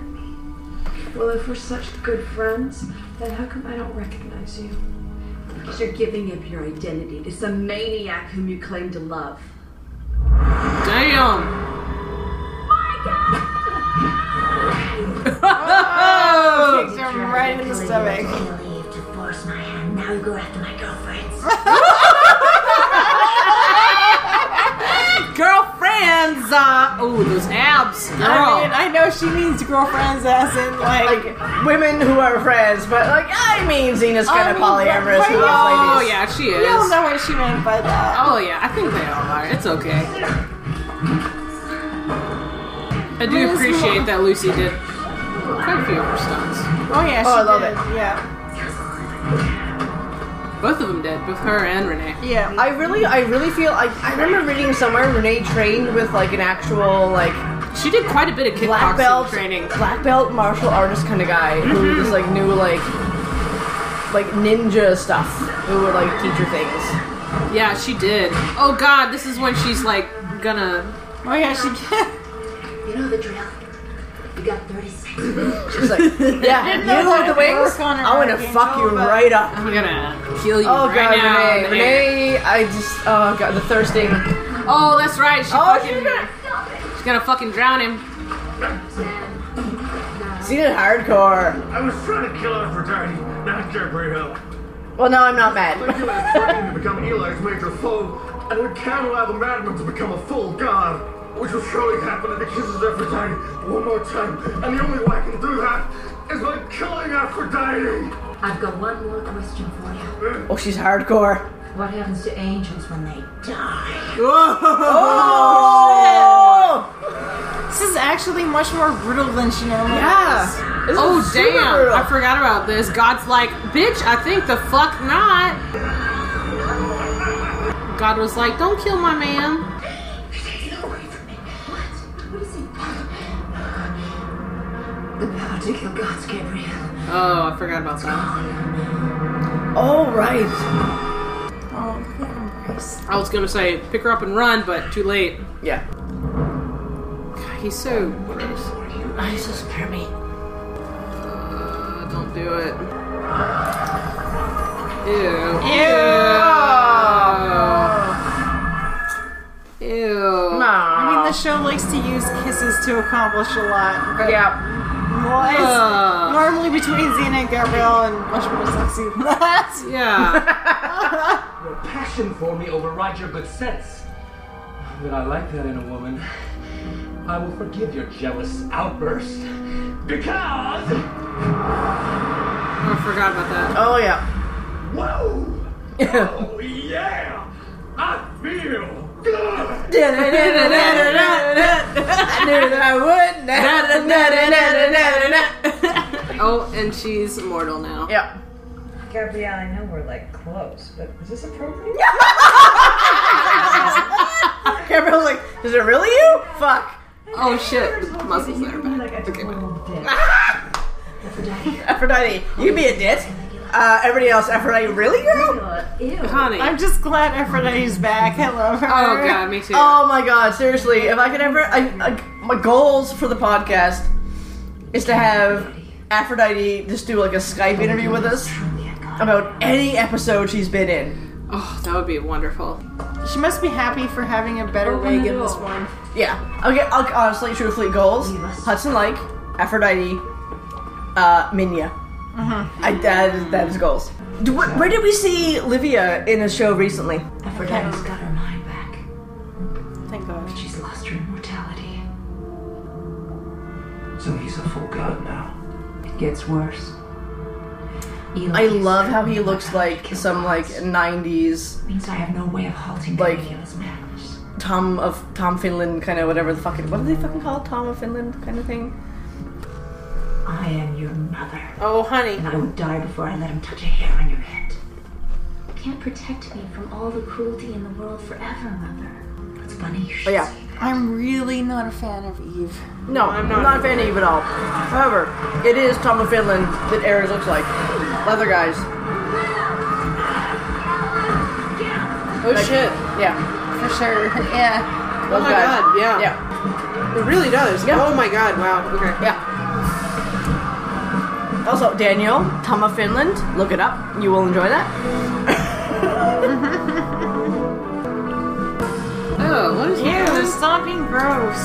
Well, if we're such good friends, then how come I don't recognize you? Because you're giving up your identity to some maniac whom you claim to love. Damn. Kicked him right in the stomach. Believe to force my hand. Now you go after my girlfriends. Girlfriends. Uh, oh, those abs, girl. I mean, I know she means girlfriends as in like. Like women who are friends, but like I mean, Xena's kind of Oh, I mean, polyamorous. but- who oh loves ladies. yeah, she I don't is. know what she meant by that. Oh yeah, I think they all are. It's okay. I do Where's appreciate that Lucy did quite a few of her stunts. Oh yeah, she Oh, I love did. Yeah, Both of them did, both her and Renee. yeah. I really, I really feel. I, I remember reading somewhere Renee trained with like an actual like She did quite a bit of black kickboxing belt training. black belt martial artist kind of guy Mm-hmm. who just like knew like like ninja stuff. Who would like teach her things. Yeah, she did. Oh god, this is when she's like gonna. oh yeah, she. You know the drill. You got 30 seconds. She's like, yeah, you know load the that wings. work on her I'm gonna arcane fuck you toe, but- right up. I'm gonna kill you Oh right god, now. Renee, in the air. Renee, I just oh god, the thirsting. Oh, that's right. She Oh, fucking, she's gonna- she's gonna fucking drown him. Seen it hardcore. I was trying to kill Aphrodite, not Gabriel. Well, no, I'm not I mad. killed Aphrodite to become Eli's major foe, and would can't allow the madman to become a full god, which will surely happen if he kisses Aphrodite one more time. And the only way I can do that is by killing Aphrodite. I've got one more question for you. Oh, she's hardcore. What happens to angels when they die? Oh, This is actually much more brutal than she normally. yeah. This is Oh super damn! brutal. I forgot about this. God's like, bitch. I think the fuck not. God was like, don't kill my man. You're taking it away from me. What? What is it? The power to kill gods, Gabriel. Oh, I forgot about that. Oh right. I was gonna say pick her up and run, but too late. Yeah. God, he's so gross. I so spare me. Uh, don't do it. Ew. Ew. Ew. I mean, Nah. the show likes to use kisses to accomplish a lot, but Yeah. well, it's Ugh. normally between Xena and Gabrielle and much more sexy than that. Yeah. Your passion for me overrides your good sense. But I like that in a woman. I will forgive your jealous outburst because. I forgot about that. Oh yeah. Whoa! oh yeah! I feel good! I knew that I would. Oh, and she's mortal now. Yeah. Gabrielle, I know we're like close, but is this appropriate? Gabriel's like, is it really you? Fuck. Oh shit, the muscles there. Like a total dick. Aphrodite, you be a dit. Uh, everybody else, Aphrodite, really, girl? Ew. Honey. I'm just glad Aphrodite's back. I love her. oh god, me too. Oh my god, seriously. If I could ever. I, I, my goals for the podcast is to have Aphrodite just do like a Skype interview with us about any episode she's been in. oh, that would be wonderful. She must be happy for having a better wig in this one. Yeah. Okay, I'll, honestly, truthfully, goals Hudson Like, Aphrodite, uh, Minya. I, that, is, that is goals. Do, wh- where did we see Livia in a show recently? Aphrodite's got her mind back. Thank God. She's lost her immortality. So he's a full god now. It gets worse. I love how he looks like some like '90s means I have no way of halting Like- any of his madness. Tom of Tom Finland kind of whatever the fucking what do they fucking call it? Tom of Finland kind of thing. I am your mother, Oh, honey. and I would die before I let him touch a hair on your head. Can't protect me from all the cruelty in the world forever, Mother. It's funny you should But yeah, I'm really not a fan of Eve. no, I'm not, a fan of Eve at all. However, it is Tom of Finland that Ares looks like. Leather guys. Oh shit. Yeah, For sure. Yeah. those Oh my guys. god. Yeah. Yeah, It really does. Yeah. Oh my god. Wow. Okay. yeah. Also, Daniel, Tom of Finland. Look it up. You will enjoy that. Oh, what is Ew, that? stop being gross.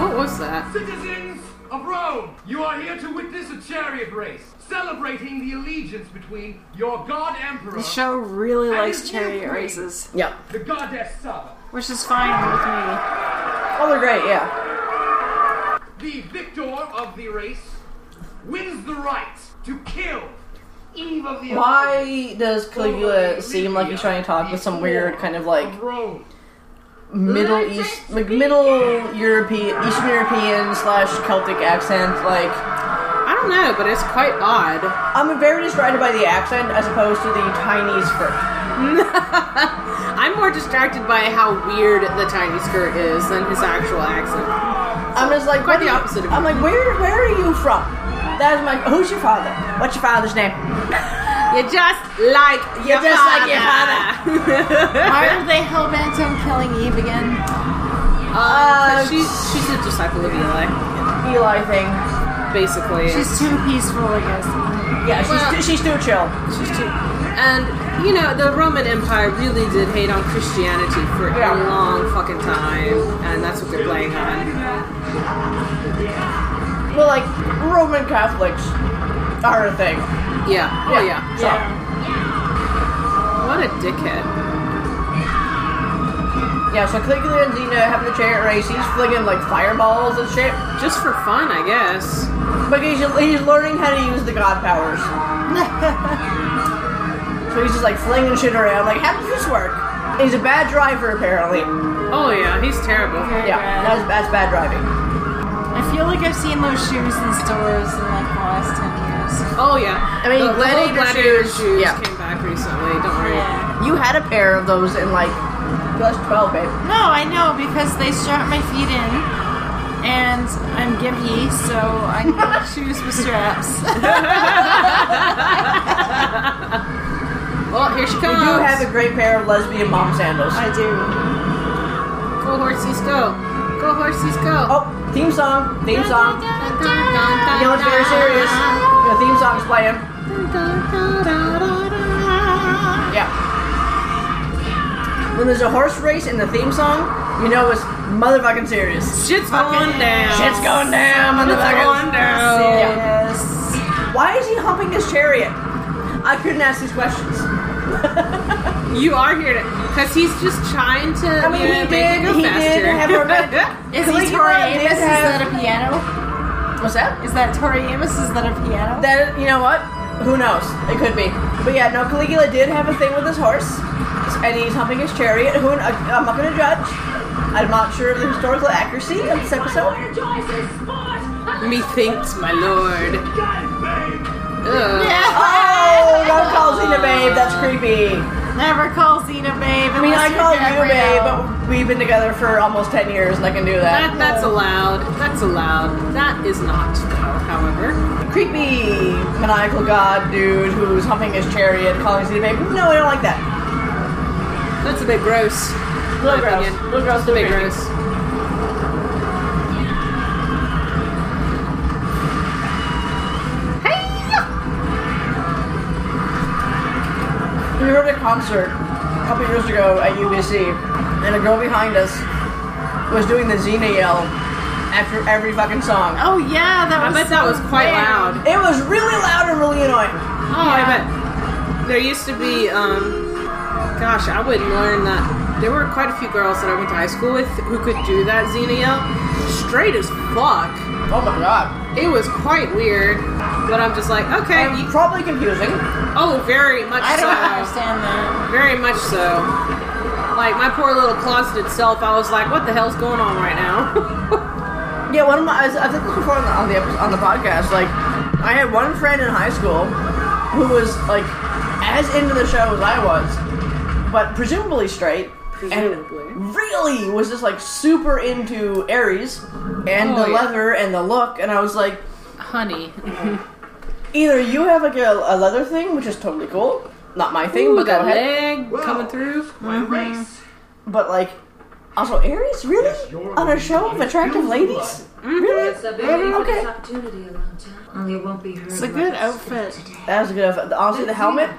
What was that? Citizens of Rome, you are here to witness a chariot race celebrating the allegiance between your god emperor, The show really likes chariot races, Yeah. the goddess Saba, which is fine with me. Oh, they're great. Yeah. the victor of the race, wins the right to kill Eve of the Why does Caligula seem like he's trying to talk with some weird kind of like of Rome. Middle East, like Middle European, Eastern European slash Celtic accent. Like, I don't know, but it's quite odd. I'm very distracted by the accent as opposed to the tiny skirt. I'm more distracted by how weird the tiny skirt is than his actual accent. I'm just like what Quite the are you- opposite of I'm like, where, where are you from? That is my. Who's your father? What's your father's name? You're just like You're your just like your father. Why are they hell bent on killing Eve again? Uh, she, she's a disciple of Eli, Eli thing. basically. She's too peaceful, I guess. Yeah, she's Well- too, she's too chill. She's too- And you know, the Roman Empire really did hate on Christianity for Yeah. a long fucking time, and that's what they're playing on. Well, like Roman Catholics are a thing. Yeah. Oh yeah. So, What a dickhead. yeah. So Caligula and Zena having the chariot race. He's flinging like fireballs and shit. Just for fun, I guess. But he's, he's learning how to use the god powers. so he's just like flinging shit around, like, how does this work? And he's a bad driver, apparently. Oh yeah, he's terrible. Yeah, that's, that's bad driving. I feel like I've seen those shoes in stores in like the last 10 years. Oh yeah. I mean, the the gladiator, whole gladiator gladiators- shoes, yeah. came back recently. Don't worry. Yeah. You had a pair of those in like plus 12, babe. No, I know because they strap my feet in, and I'm gimpy, so I need shoes with straps. Well, here she comes. You do have a great pair of lesbian mom sandals. I do. Go horses, go. Go horses, go. Oh, theme song, theme song. Dun, dun, dun, dun, You know, it's very dun. serious. The theme song's playing. Yeah. When there's a horse race in the theme song, you know it's motherfucking serious. Shit's going down. Shit's going down, Shit's motherfuckers. going down. Yes. Why is he humping his chariot? I couldn't ask these questions. You are here to, because he's just trying to. I mean, you know, he make it did- go he did faster. have a romantic- Is Caligula he Tori did Amos? Is have- that a piano? What's that? Is that Tori Amos? Is that a piano? That you know what? Who knows? It could be. But yeah, no. Caligula did have a thing with his horse, and he's humping his chariot. Who? I- I'm not going to judge. I'm not sure of the historical accuracy of this episode. Methinks, my lord. God, babe! Oh, don't call Xena babe. That's creepy. Never call Xena babe. I mean, I call you babe, babe. but we've been together for almost 10 years and I can do that. That, that's allowed. That's allowed. That is not, however. Creepy, maniacal god dude who's humping his chariot, calling Xena babe. No, I don't like that. That's a bit gross. Little My gross. opinion. Little gross, That's a bit little creepy. gross. We were at a concert a couple years ago at UBC, and a girl behind us was doing the Xena yell after every fucking song. Oh yeah, that I was. bet that was quite loud. It was really loud and really annoying. Oh, I bet. There used to be, um, gosh, I would learn that there were quite a few girls that I went to high school with who could do that Xena yell straight as fuck. Oh my god. It was quite weird, but I'm just like, okay, And you- probably confusing. oh, very much I so. don't understand that. Very much so. Like, my poor little closeted self, I was like, what the hell's going on right now? Yeah, one of my I, was, I think this was before on the on the, episode, on the podcast. Like, I had one friend in high school who was like as into the show as I was, but presumably straight. Presumably. And really was just like super into Aries and Oh, the yeah. leather and the look, and I was like, Honey. either you have like a, a leather thing, which is totally cool, not my thing, Ooh, but go that ahead. leg coming through. My race. But like, also Aries, really Yes, you're on a the show one of who attractive feels ladies? Mm-hmm. Really? Mm-hmm, It's a big okay. Okay. opportunity, Alonta. Only it won't be her. It's a good outfit. That was a good. outfit. Honestly, the helmet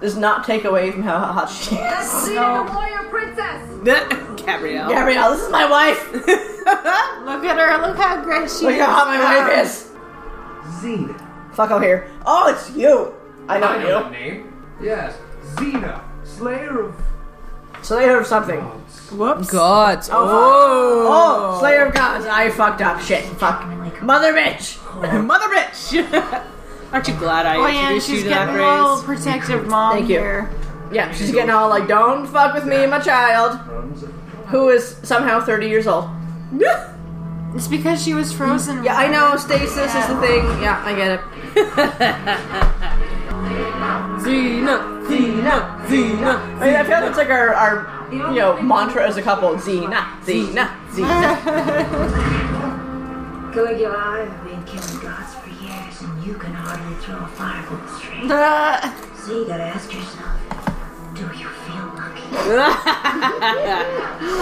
does not take away from how hot she is. Xena, the warrior princess. Gabrielle. Gabrielle, oh, this is my wife. Look at her. Look how great she Look is. how hot my wife is. Xena. Fuck out here. Oh, it's you. I know you. name. Yes, Xena, Slayer of Slayer of something. Gods. Whoops. Gods. Oh, Oh. Slayer of Gods. I fucked up. Shit. Fuck. Mother bitch. Mother bitch! Aren't you glad I Oh, yeah, introduced she's you to that getting a phrase? little protective mom Thank you. here. Yeah, she's getting all like, don't fuck with me and my child, who is somehow 30 years old. yeah, It's because she was frozen. I know. Stasis is the thing. Yeah, I get it. Xena, Xena, Xena. I, mean, I feel like it's like our, our you know, mantra as a couple. Xena, Xena, Xena. Caligula, I have been killing gods for years, and you can hardly throw a fireball straight. Uh, So you gotta ask yourself, do you feel lucky? no,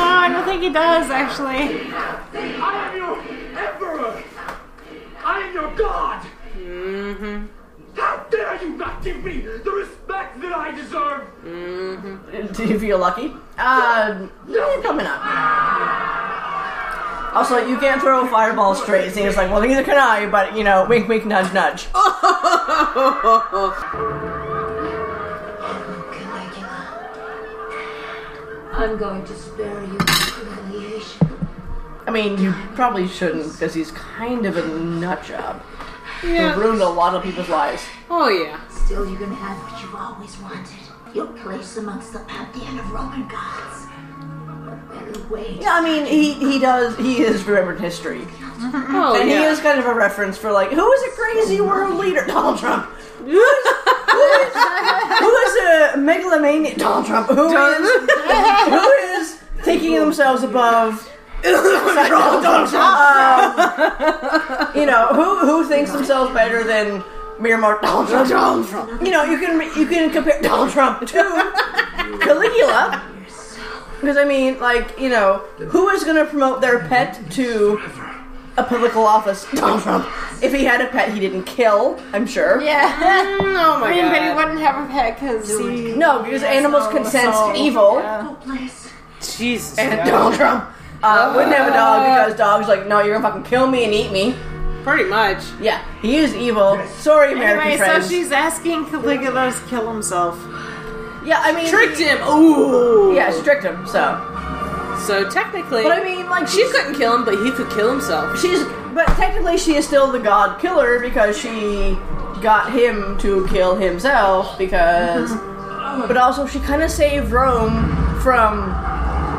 I don't think he does actually. I am your emperor. I am your god. Mm-hmm. How dare you not give me the respect that I deserve? Do you feel lucky? Uh, yeah, probably not. Also, you can't throw a fireball straight. Xena's like, well, neither can I, but, you know, wink, wink, nudge, nudge. Caligula, I'm going to spare you humiliation. I mean, you probably shouldn't, because he's kind of a nut job. Yeah. ruined a lot of people's lives. Oh yeah. Still, you can have what you've always wanted. Your place amongst the pantheon of Roman gods. What better way to Yeah, I mean, he, he does, he is remembered history. Oh And he yeah. is kind of a reference for, like, who is a crazy world leader? Donald Trump. Who is, who is, who is a megalomaniac? Donald Trump. Who is, who is taking themselves above. Donald Trump. Um, you know who who thinks themselves better than mere Mark Donald Trump. Donald Trump. You know you can you can compare Donald Trump to Caligula. Because I mean, like you know, who is going to promote their pet to a political office? Donald Trump. If he had a pet, he didn't kill. I'm sure. Yeah. oh my I mean, but he God. wouldn't have a pet because he. No, because animals can sense evil. Yeah. place? Jesus. And yeah. Donald Trump uh, wouldn't have a dog because dogs like, no, you're gonna fucking kill me and eat me. Pretty much. Yeah, he is evil. Sorry, American Anyway, so friends. she's asking Caligula to kill himself. yeah, I mean, Tricked him. Ooh. Yeah, strict him. So, So technically, but I mean, like she she's couldn't kill him, but he could kill himself. she's, but technically she is still the god killer because she got him to kill himself because, but also she kind of saved Rome from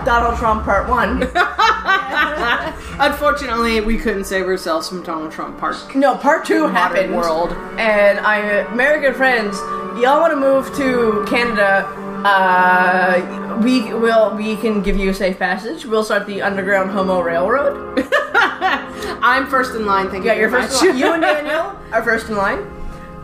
Donald Trump Part One. Unfortunately, we couldn't save ourselves from Donald Trump Park. No, part two happened. world. And I, American friends, y'all want to move to Canada? Uh, we will. We can give you a safe passage. We'll start the underground Homo Railroad. You I'm first in line. Thank you. got your very first. much. In line. You and Daniel are first in line.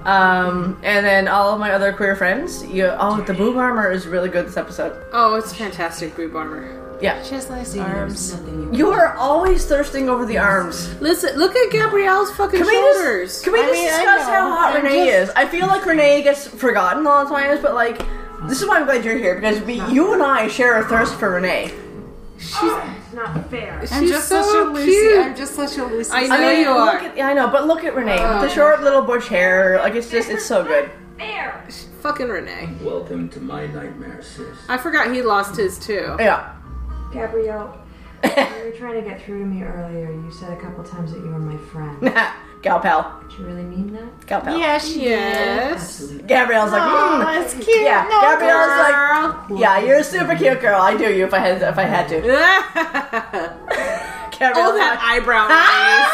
Um, and then all of my other queer friends. You. Oh, the boob armor is really good this episode. Oh, it's fantastic, Boo Barmer. Yeah, She has nice arms. you are always thirsting over the arms. Listen, look at Gabrielle's fucking Can we shoulders. just, can we I just mean, I discuss know. how hot I'm Renee just- is? I feel like Renee gets forgotten all the time, but like, this is why I'm glad you're here because we, you and I share a thirst for Renee. It's not fair. I'm She's just so such a Lucy. cute. I'm just such a Lucy. I know you look are. At, yeah, I know, but look at Renee Oh, with the short little bush hair. Like, it's just, it's so good. Fair. fucking Renee. Welcome to my nightmare, sis. I forgot he lost his too. Yeah. Gabrielle, you were trying to get through to me earlier. You said a couple times that you were my friend. Gal pal. Did you really mean that? Gal pal. Yeah, she Yes. Gabrielle's like, Aw, mm. that's cute. Yeah, No, Gabrielle's girl. like, yeah, you're a super cute girl. I do you if I had if I had to. oh, Gabrielle's that like, eyebrow raise.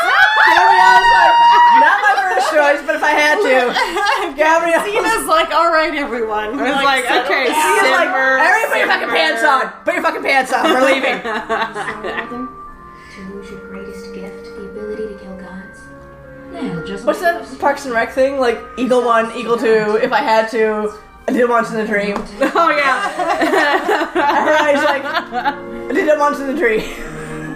Gabrielle's like, not my first choice, but if I had to. Gabrielle's Gina's like, all right, everyone. I was like, okay, He's simmer, like, everybody put your fucking simmer." pants on. Put your fucking pants on. We're leaving. Father, to lose your greatest gift, the ability to kill gods. Yeah, just What's that Parks and Rec thing? Like Eagle One, Eagle Two. If I had to, I did it once in a dream. Oh yeah, Everybody's like, I did it once in a dream.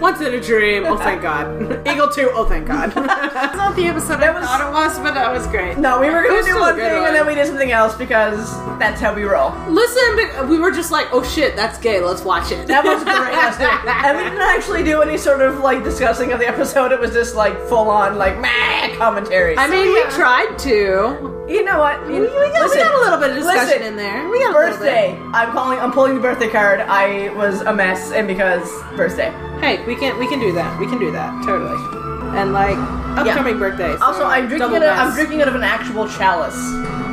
once in a dream. Oh thank God. Eagle two. Oh thank God. That's not the episode I thought it was, but that was great. No, we were It gonna was do still a one good thing one. and then we did something else because that's how we roll. Listen, but we were just like, oh shit, that's gay. Let's watch it. That was great. Let's do it. and we didn't actually do any sort of like discussing of the episode. It was just like full on like meh commentary. I mean, we tried to. you know what? You- We got, listen, we got a little bit of discussion listen. in there. We got a little bit. birthday. I'm calling. I'm pulling the birthday card. I was a mess, and because birthday. Hey, we can we can do that. We can do that totally. And like upcoming birthdays. so Also, I'm drinking. double It, I'm mess. drinking out of an actual chalice.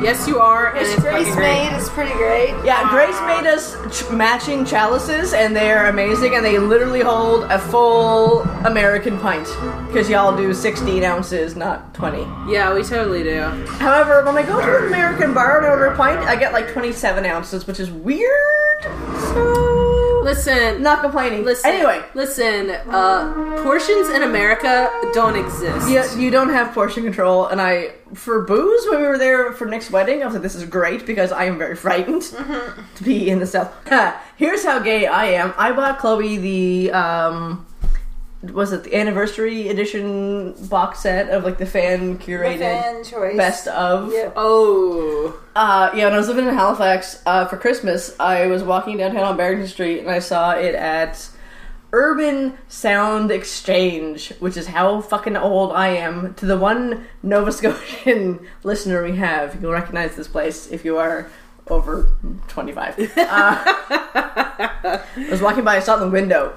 Yes, you are. And it's Grace fucking great. made is pretty great. Yeah, Grace made us ch- matching chalices, and they are amazing. And they literally hold a full American pint because y'all do 16 ounces, not 20. Yeah, we totally do. However, when I go to an American bar and order a pint, I get like 27 ounces, which is weird. So Listen, not complaining. listen. Anyway, listen. Uh, portions in America don't exist. Yeah, you don't have portion control, and I for booze when we were there for Nick's wedding, I was like, "This is great" because I am very frightened Mm-hmm. to be in the south. Ha, Here's how gay I am. I bought Chloe the um, was it the anniversary edition box set of like the fan curated Fan choice. best of. Yeah. Oh, Uh, yeah, when I was living in Halifax uh, for Christmas, I was walking downtown on Barrington Street and I saw it at Urban Sound Exchange, which is how fucking old I am. To the one Nova Scotian listener we have, you'll recognize this place if you are over 25. Uh, I was walking by, I saw it in the window.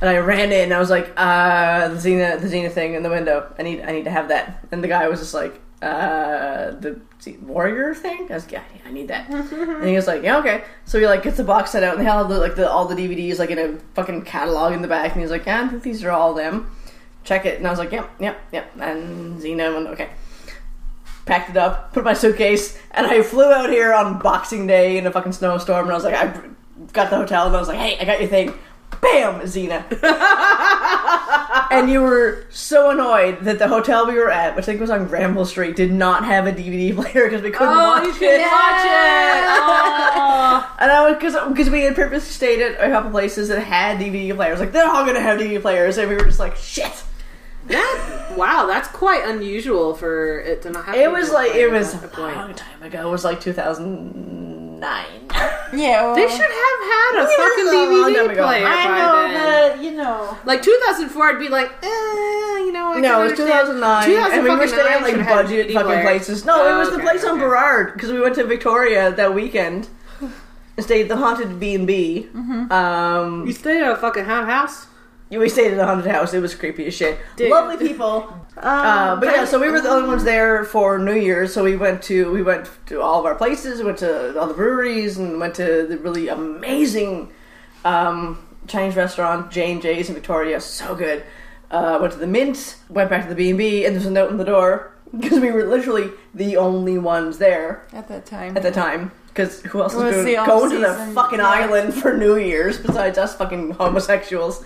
And I ran in. And I was like, uh, the Xena, the Xena thing in the window. I need, I need to have that. And the guy was just like, uh, the Z- warrior thing. I was like, yeah, I need that. and he was like, yeah, okay. So he like gets the box set out, and they had all the, like the, all the DVDs like in a fucking catalog in the back. And he's like, yeah, I think these are all them. Check it. And I was like, yep, yep, yep. And Xena went, okay. Packed it up, put it in my suitcase, and I flew out here on Boxing Day in a fucking snowstorm. And I was like, I got the hotel, and I was like, hey, I got your thing. Bam, Xena and you were so annoyed that the hotel we were at, which I think was on Granville Street, did not have a DVD player because we couldn't watch you it. can watch it. And I was because because we had previously stayed at a couple places that had DVD players. Like they're all gonna have DVD players, and we were just like, shit. That wow, that's quite unusual for it to not happen. It was like it was a At that point. long time ago. It was like 2009. Yeah, well, They should have had a Uh-huh. Yeah, fucking that's a long time DVD ago. player I by know then. that, you know. Like 2004, I'd be like, eh, you know, I can No, it was understand. 2009, and we were staying at 2009 should like have had a budget DVD fucking player. places. No, it Oh, was the okay, place on okay. Burrard because we went to Victoria that weekend. and Stayed at the haunted B and B. Mm-hmm. Um, You stayed at a fucking haunted house. Yeah, We stayed at a haunted house. It was creepy as shit. Lovely people. uh, but yeah, so we were the only ones there for New Year's. So we went to we went to all of our places. We went to all the breweries and went to the really amazing um, Chinese restaurant, Jane J's in Victoria, so good. Uh, went to the Mint, went back to the B and B, and there's a note in the door because we were literally the only ones there at that time. at the time. Because who else It was is doing, the off going to the season, fucking yeah. island for New Year's besides us fucking homosexuals?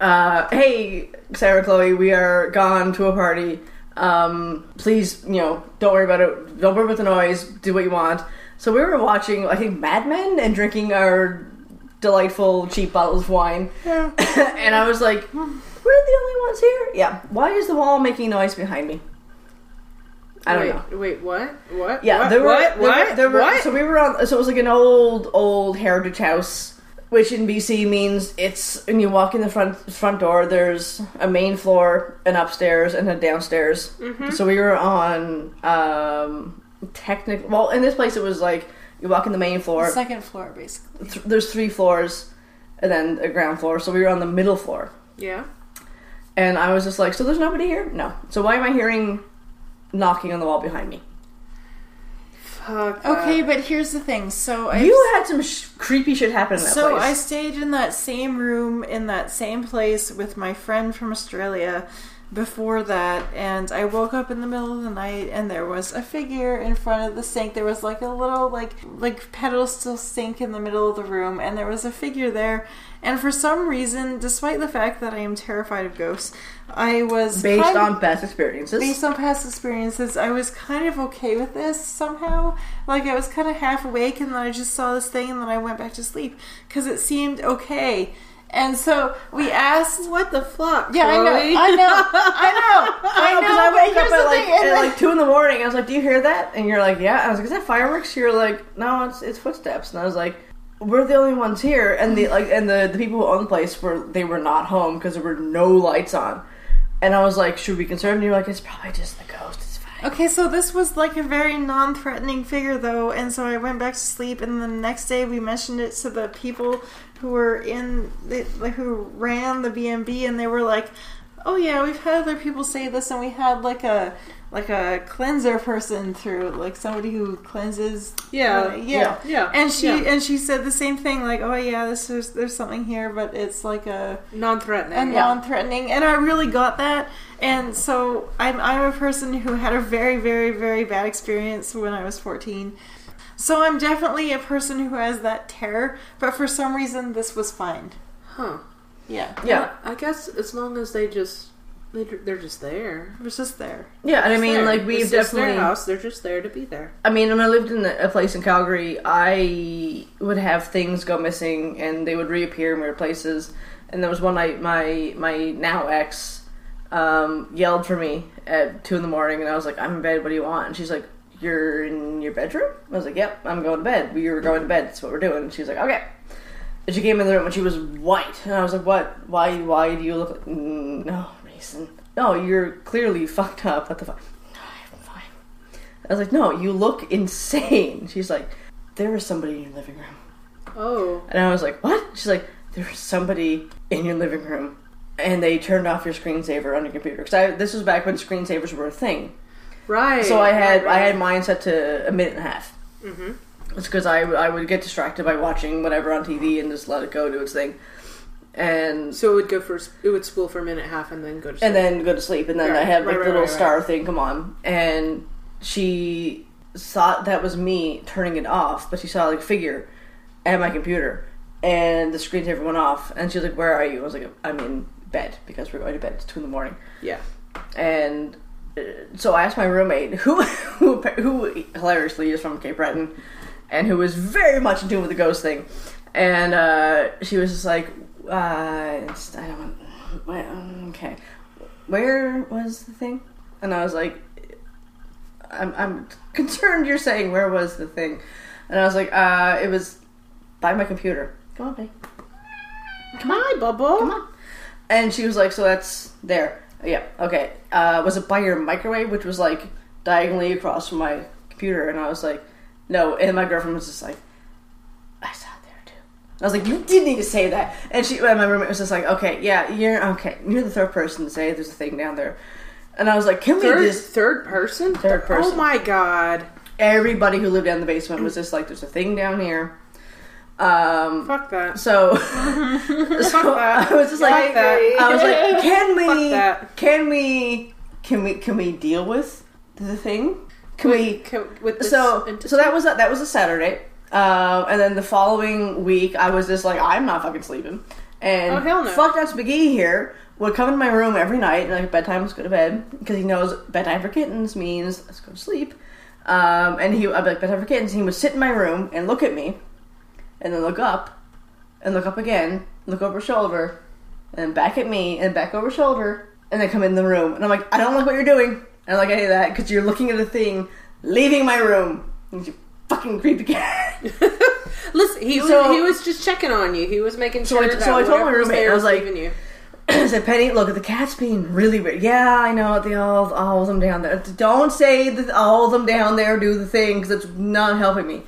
uh, hey, Sarah Chloe, we are gone to a party. Um, please, you know, don't worry about it. Don't worry about the noise. Do what you want. So we were watching, I think, Mad Men and drinking our delightful cheap bottles of wine. and I was like, we're the only ones here? Yeah. Why is the wall making noise behind me? I don't wait, know. Wait, what? What? Yeah, What? there were what? there what? were, there were- what? so we were on so it was like an old old heritage house, which in BC means it's when you walk in the front front door. There's a main floor, an upstairs, and a downstairs. Mm-hmm. So we were on um technical. Well, in this place it was like you walk in the main floor. Second floor, basically. th- there's three floors, and then a ground floor. So we were on the middle floor. yeah. And I was just like, so there's nobody here? No. So why am I hearing knocking on the wall behind me? Fuck. Okay, but here's the thing. So Oh, I You had some sh- creepy shit happen in that so place. I stayed in that same room in that same place with my friend from Australia before that and I woke up in the middle of the night and there was a figure in front of the sink there was like a little like like pedestal sink in the middle of the room and there was a figure there and for some reason despite the fact that I am terrified of ghosts I was based kind- on past experiences. based on past experiences, I was kind of okay with this somehow. Like I was kind of half awake, and then I just saw this thing, and then I went back to sleep because it seemed okay. And so we asked, What the fuck? "Yeah, I know, Chloe? I know, I know, I because know." I but wake up here's the at like, thing, and at then- like two in the morning. I was like, "Do you hear that?" And you're like, "Yeah." I was like, "Is that fireworks?" You're like, "No, it's it's footsteps." And I was like, "We're the only ones here." And the like, and the the people who own the place were they were not home because there were no lights on. And I was like, "Should we be concerned?" And you're like, "It's probably just the ghost. It's fine." Okay, so this was like a very non threatening figure, though, and so I went back to sleep, and the next day we mentioned it to the people who were in, the, who ran the B&B, and they were like, oh yeah, we've had other people say this, and we had like a, like a cleanser person through, like somebody who cleanses. Uh, Yeah. yeah. Yeah. And she, Yeah. and she said the same thing, like, oh yeah, this is, there's something here, but it's like a, Non-threatening. and non-threatening and i really got that and so I'm, I'm a person who had a very very very bad experience when i was 14 so i'm definitely a person who has that terror but for some reason this was fine Huh. yeah Yeah, I guess as long as they just they, they're just there. it was just there yeah. And I Just mean, there. like, we've it's just definitely. their house. They're just there to be there. I mean, when I lived in a place in Calgary, I would have things go missing and they would reappear in weird places. And there was one night my my now ex um, yelled for me at two in the morning, and I was like, "I'm in bed. What do you want?" And she's like, "You're in your bedroom." I was like, "Yep, I'm going to bed. We were going to bed. That's what we're doing." And she was like, "Okay." And she came in the room and she was white, and I was like, "What? Why? Why do you look like "Mm, no Mason? No, "Oh, you're clearly fucked up. What the fuck?" No, I'm fine. I was like, no, you look insane. She's like, there is somebody in your living room. Oh. And I was like, what? She's like, there is somebody in your living room. And they turned off your screensaver on your computer. Because I this was back when screensavers were a thing. Right. So I had Right, I right. had mine set to a minute and a half. Mm-hmm. It's because I, I would get distracted by watching whatever on TV and just let it go do its thing. And So it would go for it would spool for a minute and a half and then go to sleep. and then go to sleep and then Right, i have right, like right, the little right, star right. thing come on and she thought that was me turning it off but she saw like a figure at my computer and the screensaver went off and she was like where are you i was like i'm in bed because we're going to bed it's two in the morning yeah. and uh, so I asked my roommate, who who, who hilariously is from Cape Breton, and who was very much in tune with the ghost thing, and uh, she was just like, uh, it's, I don't want, well, okay, where was the thing? And I was like, I'm I'm concerned you're saying where was the thing, and I was like, uh, it was by my computer. Come on, babe. Hi, Bubble. And she was like, "So that's there." Yeah. Okay. Uh, was it by your microwave, which was like diagonally across from my computer? And I was like, "No." And my girlfriend was just like, "I saw it there too." And I was like, "You did need to say that." And she, and my roommate was just like, "Okay, yeah, you're okay. You're the third person to say there's a thing down there." And I was like, "Can we Third, just?" third person? Third person. Oh my god. Everybody who lived down in the basement was just like, "There's a thing down here." Um, Fuck that. so, Fuck so that. I was just like, Fuck that. I was like, can Fuck we, that. can we, can we, can we deal with the thing? Can we? Co- With this So, entity? so that was a, that was a Saturday, uh, and then the following week I was just like, I'm not fucking sleeping, and Oh, hell no. fucked up McGee here would come into my room every night, and like bedtime, let's go to bed because he knows bedtime for kittens means let's go to sleep, um, and he I'd be like bedtime for kittens, and he would sit in my room and look at me, and then look up, and look up again, look over shoulder, and then back at me, and back over shoulder, and then come in the room. And I'm like, I don't like what you're doing. And I'm like, I hate that because you're looking at a thing, leaving my room. And you fucking creepy cat. Listen, he was, So- he was just checking on you. He was making So sure I- that so I told my whatever roommate, I there was like- leaving you. I said, Penny, look, the cat's being really weird. Yeah, I know. They all, all of them down there. Don't say that all of them down there do the thing because it's not helping me.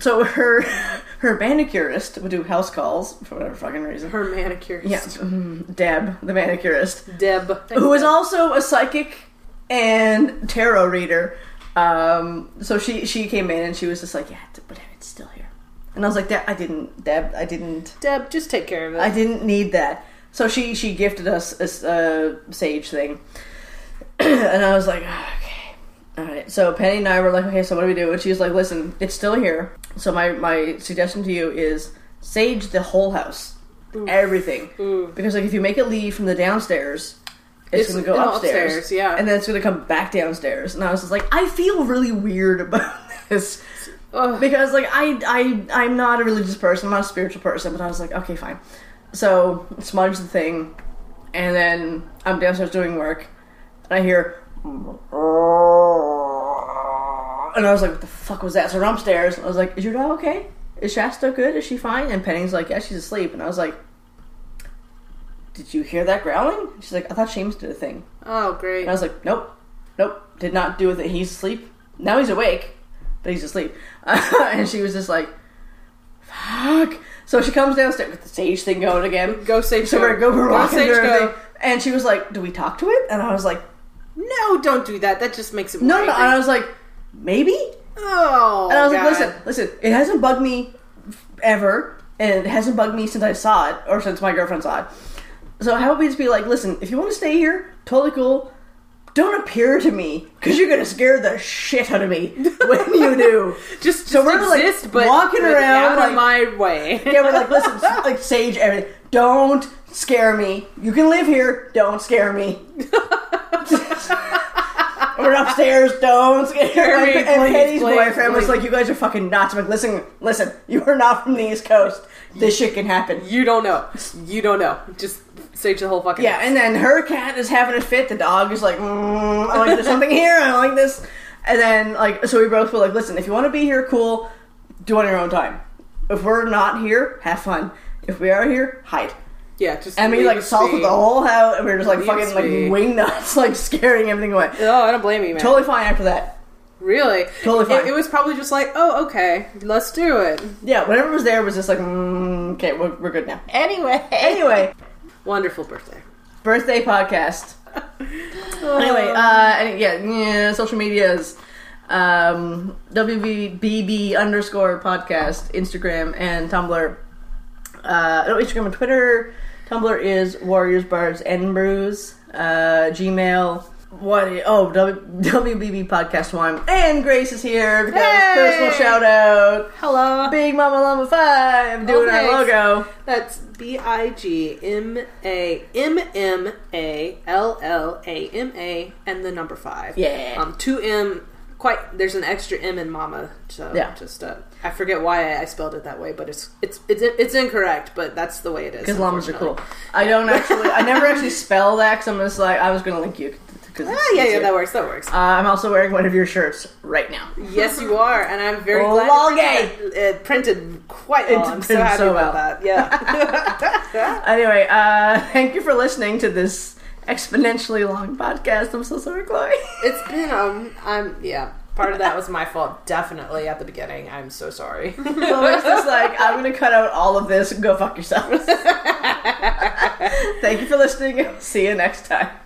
So her her manicurist would do house calles for whatever fucking reason. Her manicurist. yeah, mhm, Deb, the manicurist. Deb. who is also a psychic and tarot reader. Um, so she she came in and she was just like, yeah, it's- but it's still here. And I was like, that I didn't, Deb, I didn't, Deb, just take care of it. I didn't need that. So she she gifted us a s- a sage thing, and I was like, "Ah, okay, all right. So Penny and I were like, okay, so what do we do? And she was like, listen, it's still here. So my my suggestion to you is sage the whole house, everything, because like if you make it leave from the downstairs. It's, gonna It's- go no, upstairs, upstairs, yeah. and then it's gonna come back downstairs. And I was just like, I feel really weird about this Ugh. because like I I I'm not a religious person, I'm not a spiritual person, but I was like, okay, fine. So smudge the thing, and then I'm downstairs doing work, and I hear, and I was like, what the fuck was that? So I'm upstairs, and I was like, is your dog okay? Is Shasta good? Is she fine? And Penny's like, yeah, she's asleep. And I was like, did you hear that growling? She's like, I thought Seamus did a thing. Oh, great. And I was like, nope, nope, did not do with it. He's asleep. Now he's awake, but he's asleep. and she was just like, fuck. So she comes downstairs with the sage thing going again. Go sage So go. we're, go, we're Go walking sage through go. everything. And she was like, do we talk to it? And I was like, No, don't do that. That just makes it no, more no. And angry. I was like, maybe? oh, And I was God. like, listen, listen, it hasn't bugged me f- ever. And it hasn't bugged me since I saw it, or since my girlfriend saw it. So how about we just be like, listen, if you want to stay here, totally cool. Don't appear to me, because you're gonna scare the shit out of me when you do. Just, just So we're, like, exist, but walking but around, out like- of my way. yeah, we're like, listen, s- like sage everything. Don't scare me. You can live here. Don't scare me. we're upstairs. Don't scare Scare me. me, And, and please, Penny's please, boyfriend was please. like, you guys are fucking nuts. I'm like, listen, listen, you are not from the East Coast. This shit can happen. you don't know. You don't know. Just sage the whole fucking. Yeah, and then her cat is having a fit. The dog is like, mm, I like there's something here. I don't like this. And then like, so we both were like, listen, if you want to be here, cool. Do it on your own time. If we're not here, have fun. If we are here, hide. yeah. Just And we leave like us salted be. the whole house, and we were just like Leave fucking us like be. wing nuts, like scaring everything away. Oh, I don't blame you, man. Totally fine after that. Really? Totally fine. It, it was probably just like, oh, okay, let's do it. Yeah, whatever was there was just like, mm, okay, we're, we're good now. Anyway, anyway, Wonderful birthday. birthday podcast. anyway, uh, and yeah, yeah, social medias, um, WBB underscore podcast, Instagram and Tumblr. Uh, no, Instagram and Twitter. Tumblr is Warriors Bards and Brews. Uh, Gmail. What? Oh, w, WBB podcast one. And Grace is here because personal shout out. Hello. Big Mama Llama Five doing our thanks. logo. That's B I G M A M M A L L A M A and the number five. Yeah. Um, two M. Quite. There's an extra M in Mama. So Yeah. Just uh, I forget why I, I spelled it that way, but it's it's it's it's incorrect. But that's the way it is. Because llamas are cool. unfortunately. I don't actually. I never actually spell that. Cause I'm just like I was gonna link you. Cause it's Ah, yeah, yeah, easier. that works. That works. Uh, I'm also wearing one of your shirts right now. Yes, you are, and I'm very Oh, glad. lol, it printed- It printed quite well. I'm so printed happy so about well. that. Yeah. Anyway, uh, thank you for listening to this exponentially long podcast. I'm so sorry, Chloe. It's been um I'm yeah. Part of that was my fault, definitely at the beginning. I'm so sorry. Chloe's just like I'm gonna cut out all of this. and Go fuck yourselves. thank you for listening. See you next time.